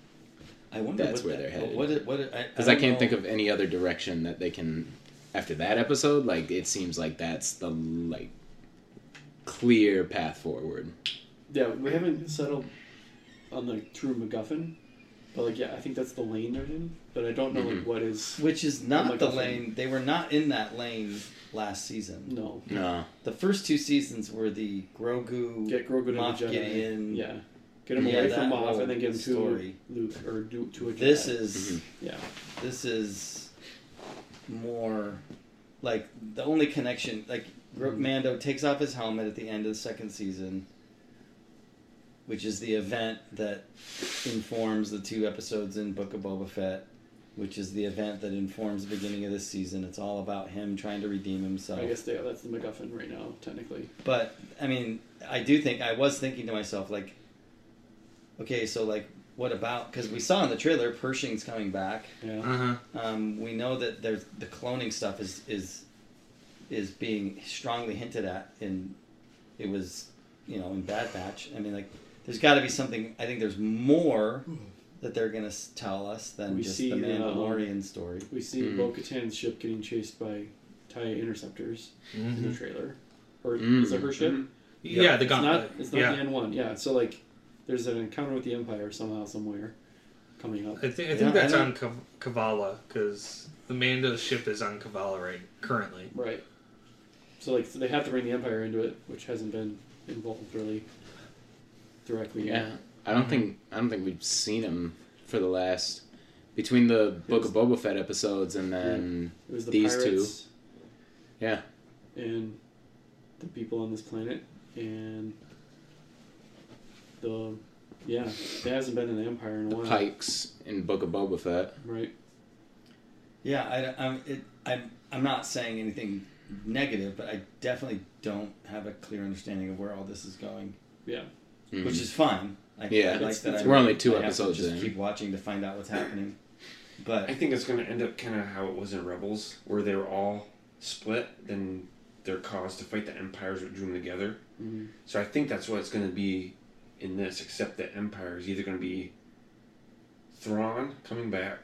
S2: I wonder
S4: That's
S2: what
S4: where
S2: that-
S4: they're headed.
S2: What? It, what? It, I,
S4: because I,
S2: don't
S4: can't
S2: know.
S4: think of any other direction that they can after that episode. Like it seems like that's the like clear path forward.
S1: Yeah, we haven't settled on the true MacGuffin, but like, yeah, I think that's the lane they're in. But I don't know like
S4: Mhm.
S1: what is
S2: Which is
S1: Oh my
S2: not the
S1: God.
S2: lane. They were not in that lane last season.
S1: no.
S4: No,
S2: The first two seasons were the Grogu.
S1: Get Grogu
S2: Moff
S1: to the Jedi.
S2: Gideon.
S1: Yeah, get him
S2: Yeah,
S1: away
S2: that
S1: from Moff
S2: whole
S1: and then get him to
S2: story.
S1: Luke or do, to a Jedi.
S2: This is
S1: yeah.
S2: this is more like the only connection. Like Gro-
S1: Mm-hmm.
S2: Mando takes off his helmet at the end of the second season, which is the event that informs the two episodes in Book of Boba Fett. Which is the event that informs the beginning of this season. It's all about him trying to redeem himself.
S1: I guess they, that's the MacGuffin right now, technically.
S2: But I mean, I do think I was thinking to myself like, okay, so like, what about? Because we saw in the trailer Pershing's coming back.
S1: Yeah.
S3: Uh huh.
S2: Um, we know that there's the cloning stuff is is is being strongly hinted at in it was you know in Bad Batch. I mean, like, there's got to be something. I think there's more that they're gonna s- tell us than
S1: We
S2: just
S1: see,
S2: the
S1: uh,
S2: Mandalorian story.
S1: We see
S4: Mm.
S1: Bo-Katan's ship getting chased by TIE interceptors in the trailer. Or
S4: Mm.
S1: is it her ship?
S3: Yeah, the gauntlet.
S1: It's not, it's not
S3: yeah.
S1: the N1. Yeah, so like there's an encounter with the Empire somehow, somewhere coming up.
S3: I, thi- I
S2: Yeah, I
S3: think that's
S2: don't-
S3: on Kav- Kavala because the Mando ship is on Kavala right currently.
S1: Right. So like so they have to bring the Empire into it, which hasn't been involved really directly
S4: Yeah,
S1: yet.
S4: I don't think I don't think we've seen him for the last between the Book of Boba Fett episodes and then
S1: It was the
S4: These two.
S1: pirates
S4: yeah,
S1: and the people on this planet and the yeah, there hasn't been an Empire in a while.
S4: Pikes in Book of Boba Fett.
S1: Right.
S2: Yeah, I, I'm, it, I'm, I'm not saying anything negative, but I definitely don't have a clear understanding of where all this is going,
S1: Yeah.
S4: Mhm.
S2: which is fine. I,
S4: Yeah,
S2: I like
S4: it's-
S2: that.
S4: it's-
S2: I-
S4: we're only two
S2: I have to
S4: episodes
S2: Just
S4: in.
S2: keep watching to find out what's happening. But
S6: I think it's going to end up kind of how it was in Rebels, where they were all split, then their cause to fight the Empires that drew them together.
S1: Mhm.
S6: So I think that's what it's going to be in this, except the Empire is either going to be Thrawn coming back,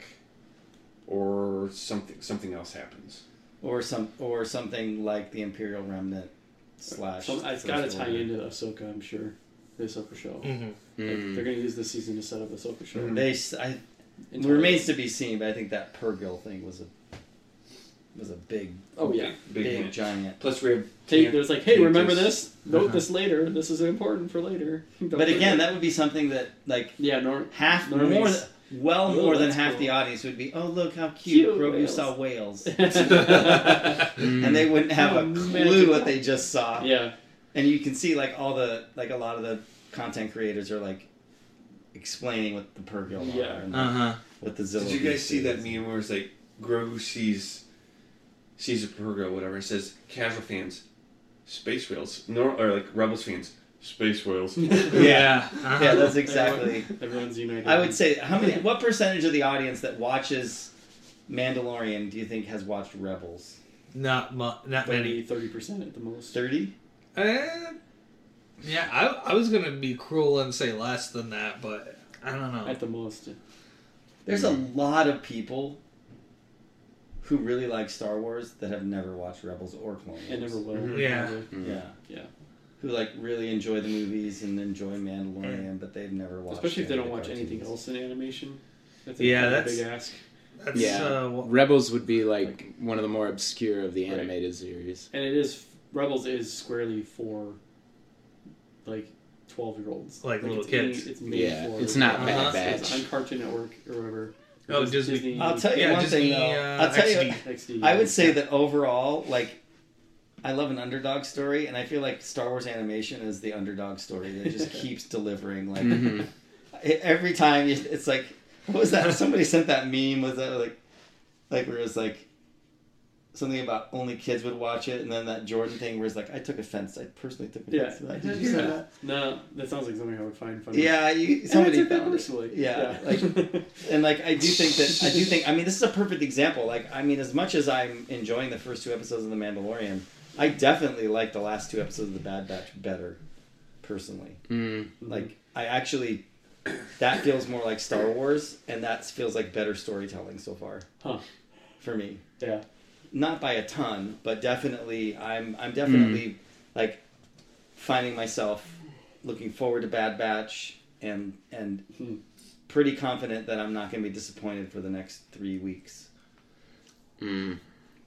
S6: or something something else happens.
S2: or some, or something like the Imperial Remnant slash.
S1: So it's
S2: First
S1: got to tie
S2: Order.
S1: into Ahsoka, I'm sure. The Ahsoka show.
S2: Hmm.
S3: Mm-hmm.
S1: Like,
S4: Mm.
S1: they're going to use this season to set up Ahsoka show.
S6: Mhm.
S2: They, s- I, it
S1: Entirely.
S2: remains to be seen, but I think that Pergil thing was a, was a big,
S1: Oh yeah.
S6: Big,
S2: big
S6: hint.
S2: giant.
S6: Plus we have
S1: Hey,
S6: Tam-
S1: there's like, hey,
S6: Tam-
S1: remember this?
S6: just-
S1: Note this later. This is important for later. Don't
S2: Uh-huh. But again,
S1: forget.
S2: that would be something that like
S1: yeah, nor
S2: half
S1: Normies.
S2: more th- well
S1: Oh,
S2: more than
S1: that's
S2: half
S1: cool.
S2: the audience would be oh look how cute,
S1: Cute
S2: Grogu
S1: whales."
S2: saw whales
S4: Mm.
S2: and they wouldn't have a
S1: Romantic.
S2: clue what they just saw
S1: yeah,
S2: and you can see like all the like a lot of the content creators are like explaining what the pergil are
S1: Yeah.
S2: and
S3: Uh huh.
S2: what the Zilla
S6: Did you guys see that meme where it's like Grogu sees sees a Pergo, whatever? It says casual fans, space whales, nor or like Rebels fans, space whales.
S3: Yeah. Uh-huh.
S2: yeah that's exactly
S1: Everyone- everyone's united.
S2: I would say how many what percentage of the audience that watches Mandalorian do you think has watched Rebels
S3: Not mu- not
S1: maybe
S3: many.
S1: thirty percent at the most.
S2: 30
S3: Eh, yeah, I, I was gonna be cruel and say less than that, but I don't know.
S1: At the most,
S2: There's a
S1: Hmm.
S2: lot of people who really like Star Wars that have never watched Rebels or Clone Wars.
S1: I never will.
S2: Mm-hmm.
S6: Mhm.
S3: Yeah.
S1: probably.
S4: Mm-hmm.
S2: Yeah.
S1: Yeah.
S2: Who like really enjoy the movies and enjoy Mandalorian, but they've never watched.
S1: Especially if they
S2: any of
S1: don't
S2: the
S1: watch anything
S2: cartoons.
S1: else in animation. That's
S3: Yeah,
S1: kind of
S3: that's-
S1: big ask.
S3: That's
S4: Yeah,
S3: uh, wh-
S4: Rebels would be like one of the more obscure of the
S1: Right.
S4: animated series.
S1: And it is Rebels is squarely for like twelve year olds,
S3: Like little
S1: it's made-
S3: kids.
S1: it's made
S4: Yeah,
S1: for
S4: it's not
S3: Bad
S1: it's
S4: Batch.
S1: on Cartoon Network or whatever.
S3: Oh,
S1: It's
S3: Disney.
S2: I'll tell you
S3: Yeah,
S2: one
S3: Disney,
S2: thing though.
S3: uh,
S2: I'll tell you.
S3: XD.
S1: XD.
S2: I would say that overall, like, I love an underdog story, and I feel like Star Wars animation is the underdog story that just keeps delivering. Like,
S1: Mm-hmm.
S2: e-,
S4: Mhm.
S2: every time you- it's like what was that somebody sent that meme was that like like where it was like something about only kids would watch it, and then that Jordan thing where it's like, I took offense. I personally took
S1: Yeah.
S2: offense. to that. Did you say that?
S1: No, that sounds like something I would find funny.
S2: Yeah, you,
S1: and I
S2: somebody
S1: took that
S2: found it.
S1: personally.
S2: Yeah, like and like I do think that I do think I mean this is a perfect example. Like I mean, as much as I'm enjoying the first two episodes of The Mandalorian, I definitely like the last two episodes of The Bad Batch better, personally.
S4: Mm.
S1: Mm-hmm.
S2: Like I actually, that feels more like Star Wars, and that feels like better storytelling so far
S1: huh?
S2: for me.
S1: Yeah.
S2: Not by a ton, but definitely I'm I'm definitely like finding myself looking forward to Bad Batch and and
S1: Hmm.
S2: pretty confident that I'm not going to be disappointed for the next three weeks
S4: Mm.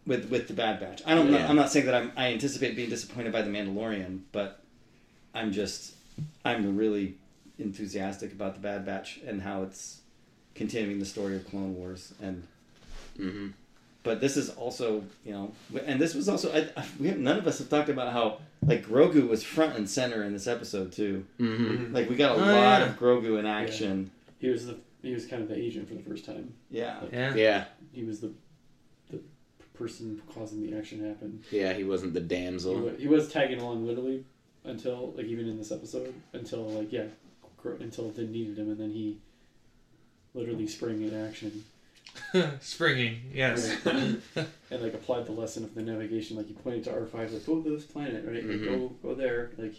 S2: with with the Bad Batch. I don't.
S4: Yeah.
S2: I'm not saying that I'm, I anticipate being disappointed by the Mandalorian, but I'm just I'm really enthusiastic about the Bad Batch and how it's continuing the story of Clone Wars and.
S4: hmm
S2: But this is also, you know, and this was also. I, I, we have, none of us have talked about how like Grogu was front and center in this episode too.
S4: hmm
S1: Mm-hmm.
S2: Like we got a
S3: Oh,
S2: lot
S3: yeah.
S2: of Grogu in action.
S1: He was the he was kind of the agent for the first time.
S2: Yeah,
S3: Yeah.
S4: Yeah,
S1: He was the the person causing the action happen.
S4: yeah. He wasn't the
S1: He
S4: damsel.
S1: was, he was tagging along literally until like even in this episode until like yeah gro- until it didn't needed him and then he literally sprang into action
S3: Springing, yes.
S1: and like applied the lesson of the navigation like he pointed to R five like go to this planet right like,
S4: Mhm.
S1: go go there like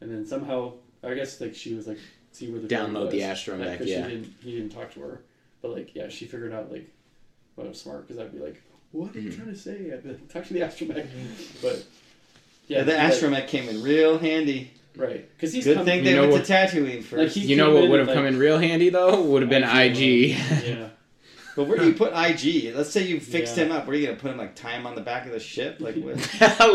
S1: and then somehow I guess like she was like see where the
S4: Download
S1: driver was.
S4: the astromech,
S1: Like, 'cause
S4: yeah.
S1: she didn't he didn't talk to her but like yeah she figured out like well it was smart because I'd be like what are you
S4: Mhm.
S1: trying to say I'd be like talk to the astromech but
S2: yeah. The
S1: like-
S2: astromech came in real handy.
S1: Right, because he's
S2: Good
S1: come-
S2: thing
S4: You
S2: they
S4: know
S2: went
S4: what-
S2: to Tatooine first.
S1: he-
S4: You know
S1: came
S4: what
S1: in
S4: would have
S1: like-
S4: come in real handy though? Would have been
S1: IG.
S4: IG.
S1: Yeah,
S2: but where do you put IG? Let's say you fixed
S1: Yeah.
S2: him up. Where are you gonna put him? Like tie him on the back of the ship? Like what?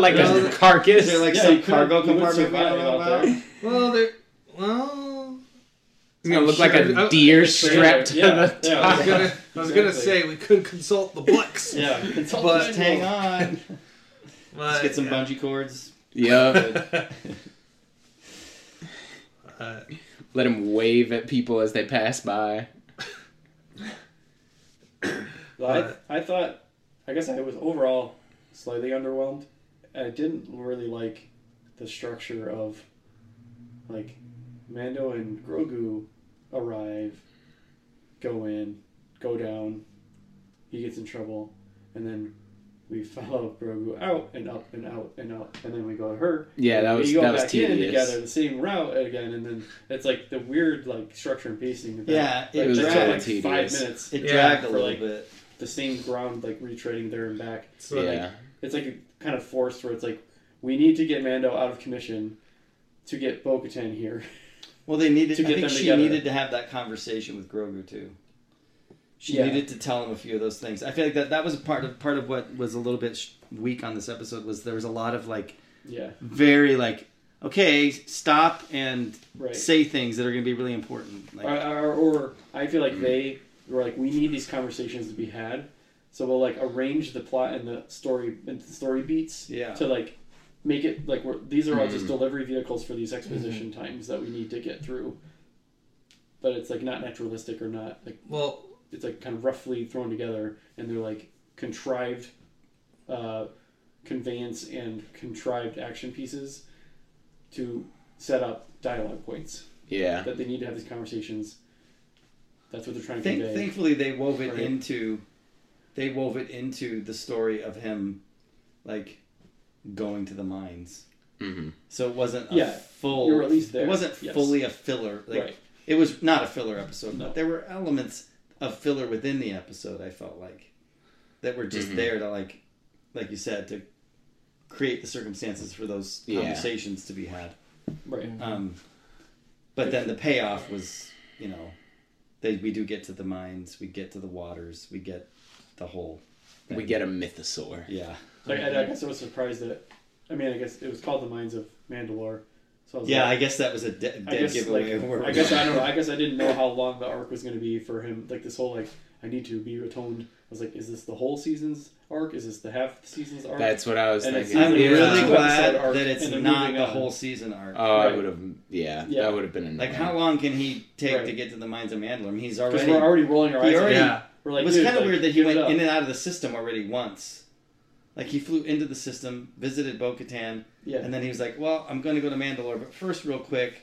S4: like
S3: Well,
S4: a carcass.
S2: Is there like
S1: Yeah,
S2: some
S1: he could've-
S2: cargo
S1: he would
S2: compartment we don't
S1: survive
S2: know
S1: out there.
S2: about?
S3: Well, there. Well,
S4: it's gonna look like
S3: Sure. Oh,
S4: a
S1: trailer.
S4: deer strapped to
S1: Yeah,
S4: the
S1: yeah.
S3: I
S4: top.
S3: was gonna, I was gonna
S1: Exactly.
S3: say we could consult the books.
S1: yeah. Consult
S3: But-
S1: the
S2: Just hang
S1: manual.
S2: on. Let's get some bungee cords.
S4: Yup.
S3: Uh,
S4: Let him wave at people as they pass by.
S1: Well, I, I thought, I guess I was overall slightly underwhelmed. I didn't really like the structure of like Mando and Grogu arrive, go in, go down. He gets in trouble, and then we follow Grogu out and up and out and out, and then we go to her.
S4: Yeah, that
S1: and
S4: was-
S1: we go
S4: that was
S1: back in
S4: tedious.
S1: together the same route again, and then it's like the weird like structure and pacing. That,
S2: Yeah, it
S1: like,
S4: was
S1: that took,
S4: kinda
S1: like five
S4: tedious.
S1: minutes
S2: It
S3: Yeah,
S2: dragged a
S1: for,
S2: little
S1: like-
S2: bit.
S1: the same ground, like retreading there and back. So
S4: yeah.
S1: like, it's like a kind of forced where it's like we need to get Mando out of commission to get Bo Katan here.
S2: Well, they needed.
S1: to
S2: I
S1: get
S2: think
S1: them
S2: she
S1: together.
S2: needed to have that conversation with Grogu too. She
S1: Yeah.
S2: needed to tell him a few of those things. I feel like that that was a part of part of what was a little bit sh- weak on this episode was there was a lot of like
S1: Yeah,
S2: very like okay stop and
S1: right.
S2: say things that are going to be really important like
S1: Or, or, or I feel like they were like we need these conversations to be had, so we'll like arrange the plot and the story and the story beats
S2: Yeah.
S1: to like make it like we're, these are all just delivery vehicles for these exposition
S2: Mm-hmm.
S1: times that we need to get through. But it's like not naturalistic or not like
S3: well,
S1: it's like kind of roughly thrown together and they're like contrived uh, conveyance and contrived action pieces to set up dialogue points
S4: Yeah.
S1: that they need to have these conversations that's what they're trying to
S2: Thank,
S1: convey
S2: thankfully they wove it
S1: Right.
S2: into they wove it into the story of him like going to the mines
S4: hmm
S2: so it wasn't a
S1: Yeah,
S2: full
S1: you were at least there,
S2: it wasn't
S1: yes.
S2: fully a filler like
S1: Right.
S2: it was not a filler episode
S1: No.
S2: but there were elements of filler within the episode i felt like that were just
S4: Mhm.
S2: there to like like you said to create the circumstances for those
S4: Yeah.
S2: conversations to be had
S1: right
S2: Um, but then the payoff was, you know, they, we do get to the mines, we get to the waters, we get the whole.
S4: We get a mythosaur.
S2: Yeah.
S1: like, and I guess I was surprised that I mean I guess it was called the Minds of Mandalore so I was
S2: Yeah, I
S1: like,
S2: guess that was a de- dead
S1: I guess
S2: giveaway.
S1: like
S2: of where
S1: I guess I don't know I guess I didn't know how long the arc was going to be for him like this whole like I need to be atoned I was like is this the whole season's arc is this the half season's arc
S4: That's what I was
S1: And it
S4: thinking.
S2: I'm
S1: seems like
S2: really
S1: Yeah.
S2: glad
S1: Episode arc,
S2: that it's
S1: and they're
S2: not
S1: moving
S2: the
S1: on.
S2: whole season arc.
S4: oh, I
S1: Right.
S4: would have. Yeah,
S1: Yeah.
S4: that would have been annoying.
S2: like, how long can he take to
S1: Right.
S2: get to the mines of Mandalore? I mean, he's
S1: Because
S2: already.
S1: we're already rolling our
S2: He
S1: eyes. at
S2: already-
S1: him.
S3: yeah.
S1: We're like,
S2: it was
S1: dude,
S2: kind of
S1: like,
S2: weird that he
S1: give it
S2: went
S1: up.
S2: in and out of the system already once. Like he flew into the system, visited Bo Katan,
S1: Yeah.
S2: and then he was like, "Well, I'm going to go to Mandalore, but first, real quick,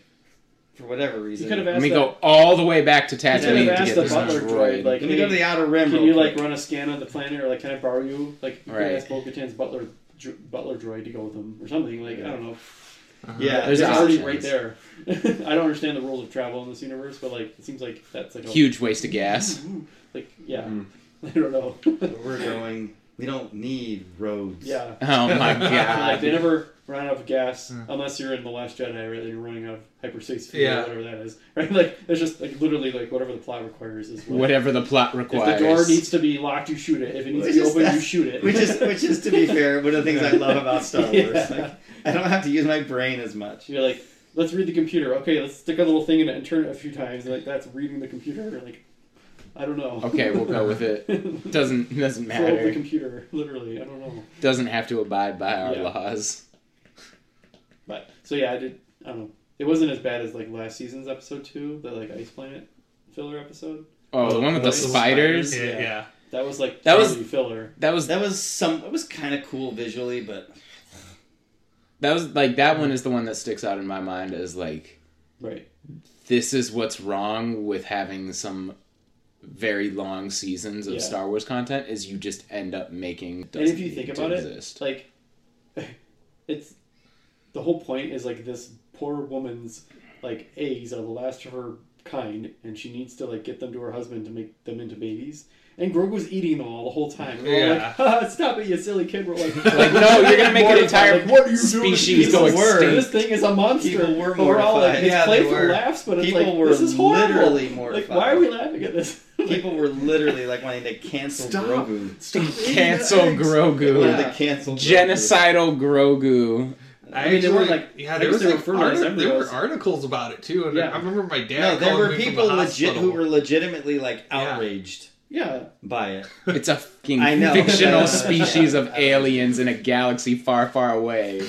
S2: for whatever reason,
S1: You could have
S4: Let
S1: asked
S4: me
S1: that-
S4: go all the way back to
S1: you could
S4: Tatooine
S1: have
S4: to
S1: asked
S4: get
S1: the
S4: this
S1: butler droid,
S4: droid.
S1: like,
S2: can you go
S1: "Hey,
S2: to the outer rim?
S1: Can
S2: real
S1: you
S2: quick?
S1: like run a scan of the planet, or like can I borrow you? Like you
S4: Right.
S1: can ask Bo-Katan's butler dr- butler droid to go with him or something. Like I don't know.
S2: yeah,
S4: There's
S1: It's
S4: an
S1: already
S4: options.
S1: right there. I don't understand the rules of travel in this universe, but like it seems like that's like a
S4: Huge waste of gas.
S1: Like yeah,
S6: Mm.
S2: Mm-hmm.
S1: I don't know.
S2: we're going. We don't need roads.
S1: yeah,
S4: Oh my
S2: Ah,
S1: like they
S4: god.
S1: never run out of gas
S2: Mm.
S3: Yeah.
S1: unless you're in the Last Jedi, right? You're running out of hyperspace fuel,
S3: Yeah.
S1: whatever that is, right? Like it's just like literally like whatever the plot requires is what.
S4: Whatever the
S1: If
S4: plot requires.
S1: the door needs to be locked, you shoot it. If it needs
S2: Which
S1: to be
S2: is
S1: open,
S2: that-
S1: you shoot it.
S2: which is which is to be fair one of the things I love about Star Wars.
S1: Yeah.
S2: Like, I don't have to use my brain as much.
S1: You're like, let's read the computer. Okay, let's stick a little thing in it and turn it a few times. Like that's reading the computer. Like, I don't know.
S4: Okay, we'll go with it. Doesn't doesn't
S1: Probe the
S4: matter.
S1: computer, literally. I don't know.
S4: Doesn't have to abide by our
S1: Yeah.
S4: laws.
S1: But so yeah, I did. I don't know. It wasn't as bad as like last season's episode two, the like ice planet filler episode.
S4: Oh, the one with the
S1: Those
S4: spiders.
S1: spiders. Yeah.
S3: Yeah. yeah.
S1: That was like
S4: That was-
S1: totally filler.
S4: That was
S2: That was some. It was kind of cool visually, but
S4: that was like that one is the one that sticks out in my mind as like
S1: Right.
S4: this is what's wrong with having some very long seasons of
S1: Yeah.
S4: Star Wars content is you just end up making
S1: And if
S4: doesn't
S1: you
S4: need
S1: think
S4: to
S1: about
S4: exist.
S1: it, like it's the whole point is like this poor woman's like eggs are the last of her kind, and she needs to like get them to her husband to make them into babies. And Grogu's eating them all the whole time. We're all
S3: Yeah.
S1: like, "Haha, stop it, you silly kid. We're like,
S4: Like, no, you're gonna make an
S1: mortified,
S4: entire
S1: like, what are you
S4: species
S1: doing?
S4: go
S1: This is-
S4: extinct.
S1: This thing is a monster.
S2: People were
S1: But we're all like,
S2: mortified.
S1: it's
S2: Yeah, they
S1: playful
S2: were.
S1: laughs, but it's
S2: People
S1: like,
S2: were
S1: this is horrible.
S2: literally
S1: Like,
S2: mortified.
S1: why are we laughing at this?
S2: people were literally like wanting to cancel
S3: Stop.
S2: Grogu.
S4: Cancel
S2: They
S4: Grogu.
S2: wanted to cancel Grogu.
S4: Genocidal Grogu.
S1: I mean, they were, like-
S3: yeah,
S1: I
S3: there
S1: guess
S3: was
S1: they were
S3: like
S1: fertilized
S3: arti- there were
S1: embryos.
S3: articles about it too, and
S1: Yeah.
S3: I remember my
S2: No,
S3: dad.
S2: there
S3: calling
S2: were
S3: me from
S2: people
S3: the
S2: legit who
S3: hospital.
S2: were legitimately like
S3: Yeah.
S2: outraged
S1: yeah.
S2: by it.
S4: It's a fucking
S2: I know.
S4: fictional species of aliens in a galaxy far, far away.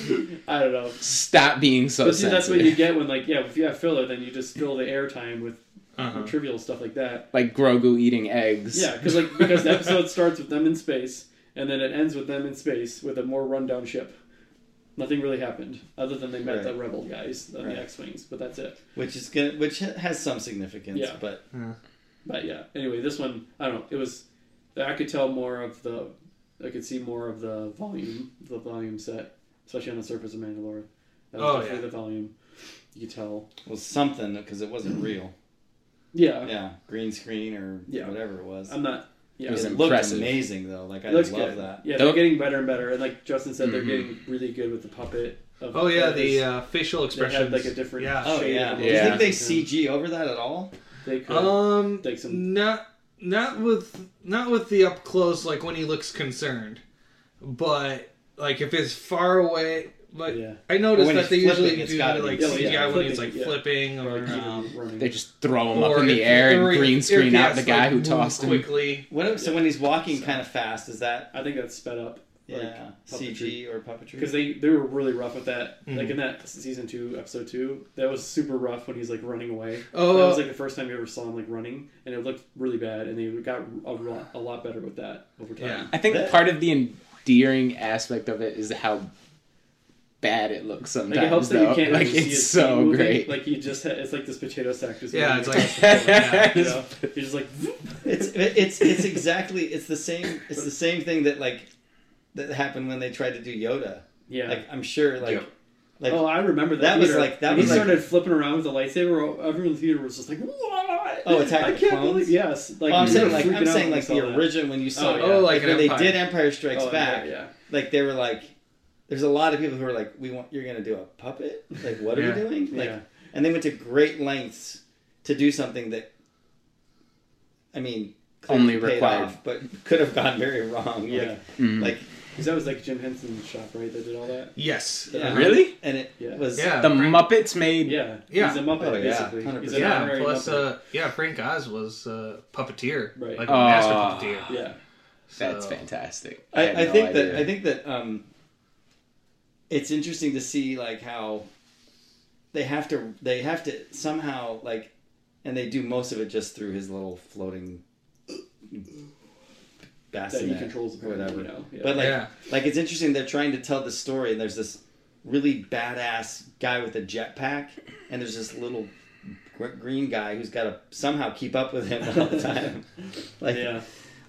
S1: I don't know.
S4: Stop being so
S1: But see, that's what you
S4: sensitive.
S1: get when, like, yeah, if you have filler, then you just fill the airtime with
S3: Uh-huh.
S1: trivial stuff like that.
S4: Like Grogu eating eggs.
S1: Yeah, because like because the episode starts with them in space, and then it ends with them in space with a more rundown ship. Nothing really happened other than they met the
S2: Right.
S1: rebel guys on
S2: Right.
S1: the X-wings, but that's it.
S2: Which is gonna, which ha- has some significance,
S1: Yeah.
S2: but
S1: But yeah, anyway, this one I don't know. It was I could tell more of the I could see more of the volume the volume set, especially on the surface of Mandalore. That was
S3: Oh,
S1: definitely
S3: yeah.
S1: the volume. You could tell.
S2: was something because it wasn't real.
S1: Yeah,
S2: Yeah, green screen or
S1: Yeah.
S2: whatever it was.
S1: I'm not. Yeah,
S4: It was
S2: it
S4: impressive.
S2: looked amazing though. Like I
S1: It looks
S2: love
S1: good.
S2: that.
S1: Yeah, they're
S4: Don't-
S1: getting better and better. And like Justin said, they're
S4: Mhm.
S1: getting really good with the puppet. Of
S3: Oh yeah,
S1: others.
S3: the uh, facial
S1: they
S3: expressions.
S1: had like a different
S3: Yeah.
S2: Oh
S1: shade.
S2: yeah.
S1: of
S2: Do
S1: emotion.
S2: you
S4: Yeah.
S2: think they CG over that at all?
S1: They could.
S3: Um,
S1: Like some-
S3: not not with not with the up close like when he looks concerned, but like if it's far away, like
S1: Yeah.
S3: I noticed
S2: When
S3: that
S2: he's
S3: they
S2: flipping,
S3: usually
S2: it's
S3: do
S2: gotta
S3: like
S1: be-
S3: CGI
S1: Yeah,
S3: when he's
S1: flipping,
S3: like
S1: yeah.
S3: flipping
S1: or,
S3: or. Um,
S1: even running.
S4: They just throw him
S3: or
S4: up in the
S3: if-
S4: air
S3: or
S4: and
S3: if-
S4: green
S3: if
S4: screen
S3: he
S4: out
S3: has
S4: the
S3: to,
S4: guy
S3: like,
S4: who
S3: move
S4: tossed him.
S3: quickly.
S2: What if, so when he's walking kind of fast, is that
S1: I think that's sped up.
S2: yeah CG or puppetry?
S1: Because they, they were really rough with that. Like
S2: Mm-hmm.
S3: Mhm.
S1: in that season two, episode two, that was super rough when he's like running away.
S3: Oh,
S2: uh,
S1: that was like the first time you ever saw him like running, and it looked really bad. And they got a lot, a lot better with that over time.
S3: Yeah.
S4: I think
S2: That-
S4: part of the endearing aspect of it is how bad it looks sometimes.
S1: Like it helps that
S4: though.
S1: you can't
S4: like
S1: really see
S4: it's
S1: his
S4: so
S1: feet moving.
S4: great.
S1: Like you just ha- it's like this potato sack just
S3: Yeah,
S1: moving
S3: it's like-
S1: across the floor,
S3: yeah.
S1: you know? You're just like
S2: it's it's it's exactly it's the same it's the same thing that like that happened when they tried to do Yoda.
S1: yeah.
S2: Like I'm sure like
S6: Yep.
S2: like
S1: oh, I remember that.
S2: That was
S1: theater.
S2: like- that
S1: When
S2: was
S1: he
S2: like-
S1: started flipping around with the lightsaber. Everyone in the theater was just like, "What?"
S2: Oh, Attack
S1: I
S2: of the
S1: can't
S2: Clones?
S1: believe. Yes, like
S2: Well, I'm
S1: we
S2: saying
S1: were
S2: like
S1: freaking
S2: I'm
S1: out
S2: saying
S1: when we
S2: like
S1: saw
S2: the
S1: that.
S2: original when you saw
S1: Oh,
S2: it,
S1: yeah.
S3: Oh, like
S2: like
S3: an
S2: when
S3: Empire.
S2: they did Empire Strikes
S1: Oh,
S2: Back,
S1: Yeah, yeah.
S2: like they were like there's a lot of people who are like we want you're gonna do a puppet like what are
S3: Yeah.
S2: we doing like
S1: Yeah.
S2: and they went to great lengths to do something that i mean clearly
S4: Only
S2: paid
S4: required-
S2: off, but could have gone very wrong
S1: Yeah.
S4: Mm.
S2: like, like
S1: Because that was like Jim Henson's shop, right? That did all that.
S3: Yes.
S2: Yeah.
S3: Uh-huh.
S4: really?
S2: and it
S1: Yeah.
S2: was
S3: Yeah.
S4: The
S3: Frank-
S4: Muppets made
S1: Yeah,
S3: Yeah.
S1: He's a Muppet,
S2: Oh, yeah.
S1: basically. He's an
S2: 100%.
S3: Yeah,
S1: honorary
S3: plus,
S1: Muppet.
S3: uh, yeah, Frank Oz was uh, puppeteer,
S1: Right.
S3: like a master
S4: Ah.
S3: puppeteer.
S1: yeah,
S4: That's
S3: So-
S4: fantastic.
S2: I,
S4: had
S2: I
S4: no
S2: think that
S4: idea.
S2: I think that um, it's interesting to see like how they have to they have to somehow like, and they do most of it just through his little floating
S1: that
S2: bassinet
S1: he controls
S2: or
S1: apparently,
S2: whatever.
S1: You know? Yeah.
S2: But like,
S3: Yeah.
S2: like it's interesting. They're trying to tell the story, and there's this really badass guy with a jetpack, and there's this little gr- green guy who's got to somehow keep up with him all the time. Like,
S1: yeah,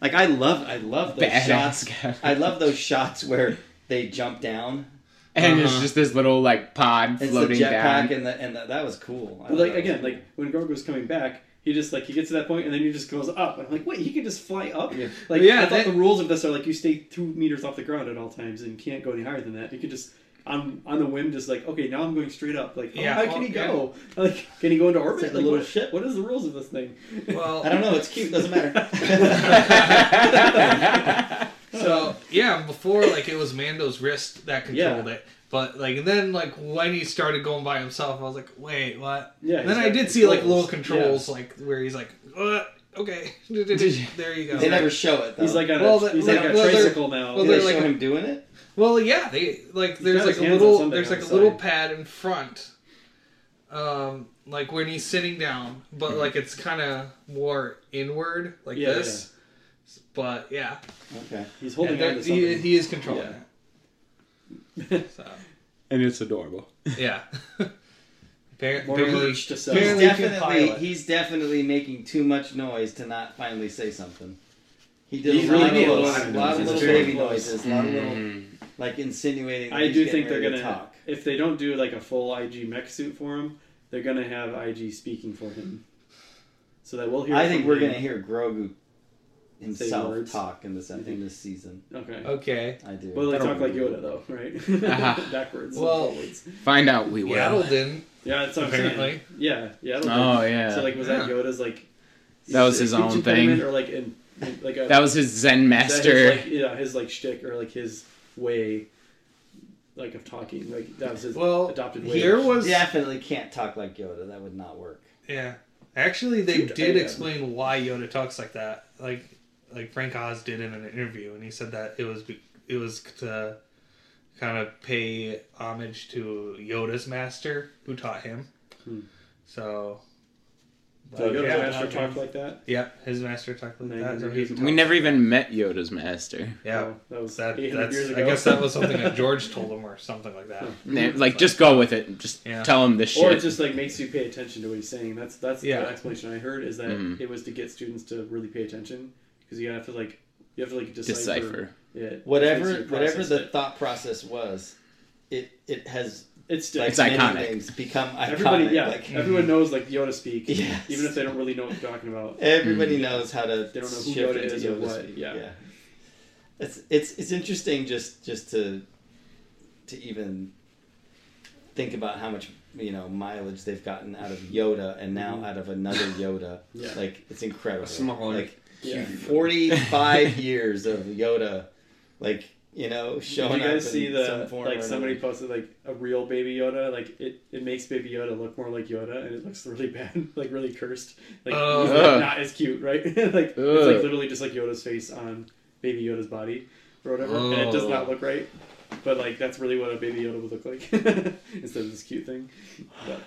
S2: like I love, I love those
S9: Badass
S2: shots.
S9: guy.
S2: I love those shots where they jump down.
S9: and it's
S3: Uh-huh.
S9: just this little like pod
S2: It's
S9: floating
S2: the jetpack,
S9: down.
S2: and the, and the, that was cool. I
S1: But,
S2: thought
S1: like
S2: that was
S1: again,
S2: cool.
S1: like when Grogu's coming back, he just like he gets to that point and then he just goes up, and I'm like, wait, he can just fly up?
S6: Yeah.
S1: Like
S3: Yeah,
S1: I thought
S3: that-
S1: the rules of this are like you stay two meters off the ground at all times and can't go any higher than that. You could just on on a whim, just like okay, now I'm going straight up. Like how
S3: Yeah.
S1: high can he go? Like can he go into orbit?
S2: like a
S1: Like,
S2: little-
S1: what, shit, what is the rules of this thing?
S3: Well,
S2: I don't know. It's cute. Doesn't matter.
S3: So yeah, before like it was Mando's wrist that controlled it, but like and then like when he started going by himself, I was like, wait, what?
S1: Yeah,
S3: And then
S1: he's
S3: I
S1: got
S3: did see like
S1: controls.
S3: little controls like where he's like, uh, okay, there you go.
S2: they never show it. Though.
S1: He's like on
S3: Well,
S1: a,
S3: the-
S1: he's
S2: well,
S1: like a
S2: well, they're-
S1: tricycle now.
S3: well,
S2: Do
S3: they're
S2: they show
S3: like-
S2: him doing it.
S3: Well, yeah, they like
S1: got his
S3: there's like a
S1: hands on
S3: little
S1: something
S3: there's
S1: on
S3: like a
S1: the
S3: little
S1: side.
S3: pad in front, um, like when he's sitting down, but like it's kind of more inward like
S1: Mm-hmm. Yeah,
S3: this. But yeah,
S2: Okay.
S1: he's holding
S3: And
S1: on to
S3: that- he,
S1: something.
S3: he is controlling it. So
S4: and it's adorable.
S3: yeah. Appar-
S1: More
S3: apparently-
S1: merch to sell.
S3: apparently-
S2: He's
S3: Barely can
S2: definitely
S3: pilot.
S2: he's definitely making too much noise to not finally say something. He did
S1: He
S2: a lot,
S1: really
S2: of,
S1: did.
S2: little, a lot of
S1: It's
S2: little
S1: very
S2: baby
S1: close. Mm-hmm.
S2: noises, a lot of little
S4: Mm-hmm.
S2: like insinuating. that
S1: I
S2: he's
S1: do
S2: getting
S1: think they're
S2: ready
S1: gonna
S2: to talk.
S1: if they don't do like a full IG mech suit for him, they're gonna have IG speaking for him. So that we'll hear.
S2: I think
S1: from
S2: we're
S1: him.
S2: gonna hear Grogu himself
S1: words.
S2: talk in this in
S1: think-
S2: this season.
S1: Okay.
S3: Oh, Okay.
S2: I do.
S1: Well, they
S4: I don't
S1: talk like
S4: believe
S1: Yoda, though, right?
S4: Uh-huh.
S1: Backwards.
S3: Well-
S1: forwards.
S4: Find out we will.
S3: Yaddle didn't.
S1: yeah, that's what I'm
S3: Apparently.
S1: saying. Yeah, yeah.
S4: Oh yeah,
S1: So like, was that Yoda's like?
S4: That was his
S1: speech
S4: own
S1: impediment
S4: thing.
S1: Or like, in, in- like a,
S4: that was his Zen
S1: is that
S4: master.
S1: His, like, yeah, his like shtick or like his way, like of talking. Like that was his
S3: Well,
S1: adopted way.
S3: there
S1: of-
S3: was. Yeah.
S2: Definitely can't talk like Yoda. That would not work.
S3: Actually, they
S1: Dude,
S3: did
S1: I-
S3: explain why Yoda talks like that. Like, like Frank Oz did in an interview, and he said that it was be- it was to kind of pay homage to Yoda's master who taught him.
S1: Hmm.
S3: So.
S1: so Yoda's
S3: yeah,
S1: master
S3: that-
S1: talked like that.
S3: Yeah, his master talked like
S1: Maybe
S3: that. So
S1: he
S3: he,
S1: didn't.
S4: we never even met Yoda's master.
S3: yeah.
S1: Oh, that was
S3: That,
S1: 800 years
S3: that's,
S1: ago.
S3: I guess that was something that George told him or something like that.
S4: Nah, Like, just go with it. Just
S3: Yeah.
S4: tell him this shit.
S1: Mm-hmm. or it just like makes you pay attention to what he's saying. That's that's
S3: Yeah. Mm-hmm.
S1: the explanation I heard is that
S4: Mhm.
S1: it was to get students to really pay attention because you have to like you have to like
S4: decipher.
S1: decipher, Yeah,
S2: Whatever
S1: it's-
S2: whatever the
S1: it's-
S2: thought process was, it it has
S1: it's still
S2: like
S4: It's
S2: many
S4: iconic.
S2: things become iconic.
S1: everybody yeah
S2: Like,
S3: mm-hmm.
S1: everyone knows like Yoda speak
S2: Yes.
S1: even if they don't really know what you're talking about.
S2: Everybody knows how to
S1: They don't know who
S2: shift
S1: Yoda
S2: into
S1: is or
S2: Yoda
S1: what,
S2: speak.
S1: yeah.
S2: It's it's it's interesting just just to to even think about how much you know mileage they've gotten out of Yoda and now out of another Yoda.
S1: Mm-hmm. Yeah.
S2: Like it's incredible.
S6: A smaller-
S2: like
S1: Yeah.
S2: forty five years of Yoda like you know,
S1: Did you
S2: showing
S1: guys
S2: up
S1: see
S2: in
S1: the
S2: some form
S1: like
S2: or
S1: somebody
S2: another.
S1: posted like a real baby Yoda like it, it makes baby Yoda look more like Yoda and it looks really bad like really cursed like he's, like,
S4: Ugh.
S1: not as cute right like it's like
S4: Ugh.
S1: literally just like Yoda's face on baby Yoda's body or whatever and it does not look right but like that's really what a baby Yoda would look like instead of this cute thing but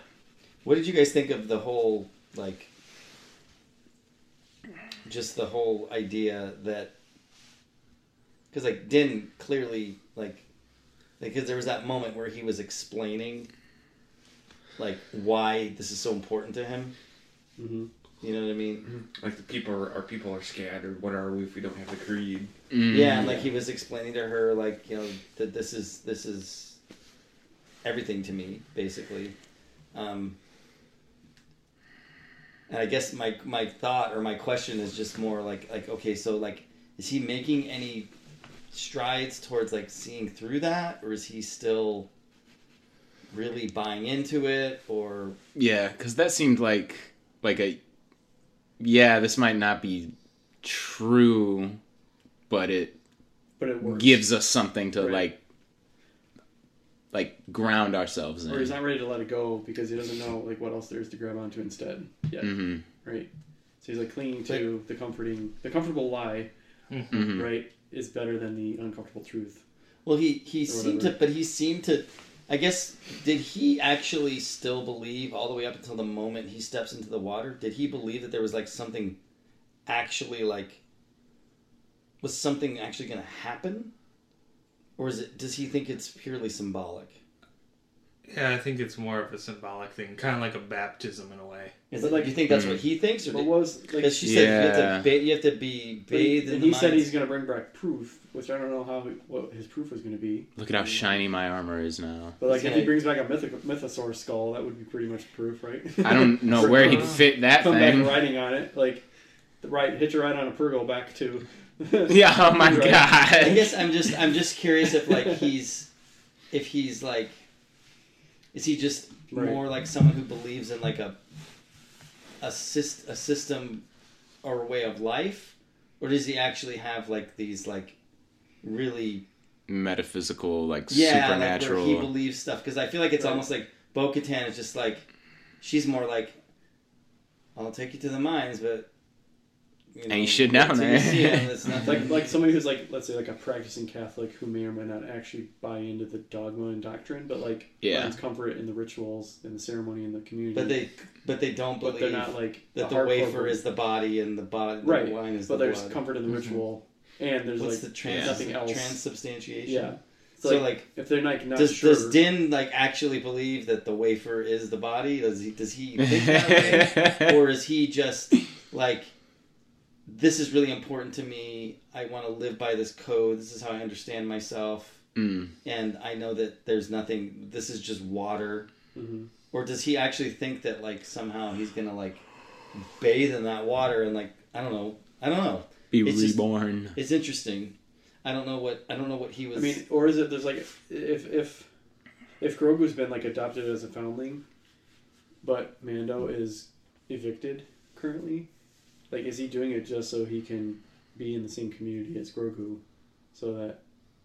S2: What did you guys think of the whole like just the whole idea that cuz like Din clearly like because there was that moment where he was explaining like why this is so important to him.
S1: hmm
S2: You know what I mean?
S6: Like the people, are, our people are scattered. What are we if we don't have the creed?
S4: Mm.
S2: Yeah, and like he was explaining to her like, you know, that this is this is everything to me basically. Um and I guess my my thought or my question is just more like like okay, so like is he making any strides towards like seeing through that or is he still really buying into it or
S4: Yeah, because that seemed like like a yeah. This might not be true, but it
S1: but it works
S4: gives us something to
S1: Right.
S4: like like ground ourselves in.
S1: or he's not ready to let it go because he doesn't know like what else there is to grab onto instead yet
S4: Mhm.
S1: right so he's like clinging to the comforting the comfortable lie
S2: Mm-hmm.
S4: Mhm.
S1: right is better than the uncomfortable truth.
S2: Well, he he seemed to,
S1: whatever.
S2: but he seemed to. I guess did he actually still believe all the way up until the moment he steps into the water? Did he believe that there was like something actually like was something actually going to happen, or is it? Does he think it's purely symbolic?
S3: Yeah, I think it's more of a symbolic thing, kind of like a baptism in a way.
S2: Is
S1: But
S2: it like
S1: like-
S2: you think that's
S4: Hmm.
S2: what he thinks, or
S1: What
S2: did,
S1: was like?
S2: as she said, you have
S4: Yeah.
S2: to ba- you have to be bathed.
S1: and
S2: in
S1: he
S2: the
S1: said
S2: mind.
S1: he's going to bring back proof, which I don't know how what his proof was going to be.
S4: Look at how shiny my armor is now.
S1: But like,
S2: He's
S1: if
S2: gonna-
S1: he brings back a mythic- mythosaur skull, that would be pretty much proof, right?
S4: I don't know where he'd
S3: Come
S4: fit that
S1: Come back
S4: thing.
S1: riding on it, like the right hitch a ride on a Purgle back to.
S4: Yeah, oh my
S1: Right.
S2: I
S4: god.
S2: guess I'm just I'm just curious if like he's if he's like is he just
S1: Right.
S2: more like someone who believes in like a a, syst- a system or a way of life or does he actually have like these like really
S4: Metaphysical, like
S2: yeah
S4: supernatural.
S2: like where he believes stuff because I feel like it's
S1: Right.
S2: almost like Bo-Katan is just like she's more like I'll take you to the mines but you know,
S4: Ain't shit
S2: wait
S4: down
S2: till you
S4: there."
S2: see it, it's nothing.
S1: Like like somebody who's like let's say like a practicing Catholic who may or may not actually buy into the dogma and doctrine, but like
S4: Yeah.
S1: finds comfort in the rituals and the ceremony and the community.
S2: but they but they don't
S1: but
S2: believe
S1: they're not like
S2: that
S1: a
S2: the
S1: hardcore
S2: wafer
S1: group.
S2: is the body and the body
S1: right.
S2: the wine is
S1: but
S2: the
S1: there's
S2: blood. Mm-hmm.
S1: comfort in the ritual, and there's like
S2: What's the trans
S1: nothing else.
S2: transubstantiation?
S1: yeah.
S2: So,
S1: like,
S2: like,
S1: if they're like not
S2: does
S1: sure,
S2: does Din like actually believe that the wafer is the body? Does he does he think that way? or is he just like this is really important to me. I want to live by this code. This is how I understand myself
S4: Mm.
S2: and I know that there's nothing this is just water.
S1: Mhm.
S2: Or does he actually think that like somehow he's going to like bathe in that water and like I don't know. I don't know.
S4: Be
S2: It's just-
S4: reborn.
S2: It's interesting. I don't know what I don't know what he was.
S1: I mean, or is it there's like if if if Grogu's been like adopted as a foundling, but Mando is evicted currently, like is he doing it just so he can be in the same community as Grogu, so that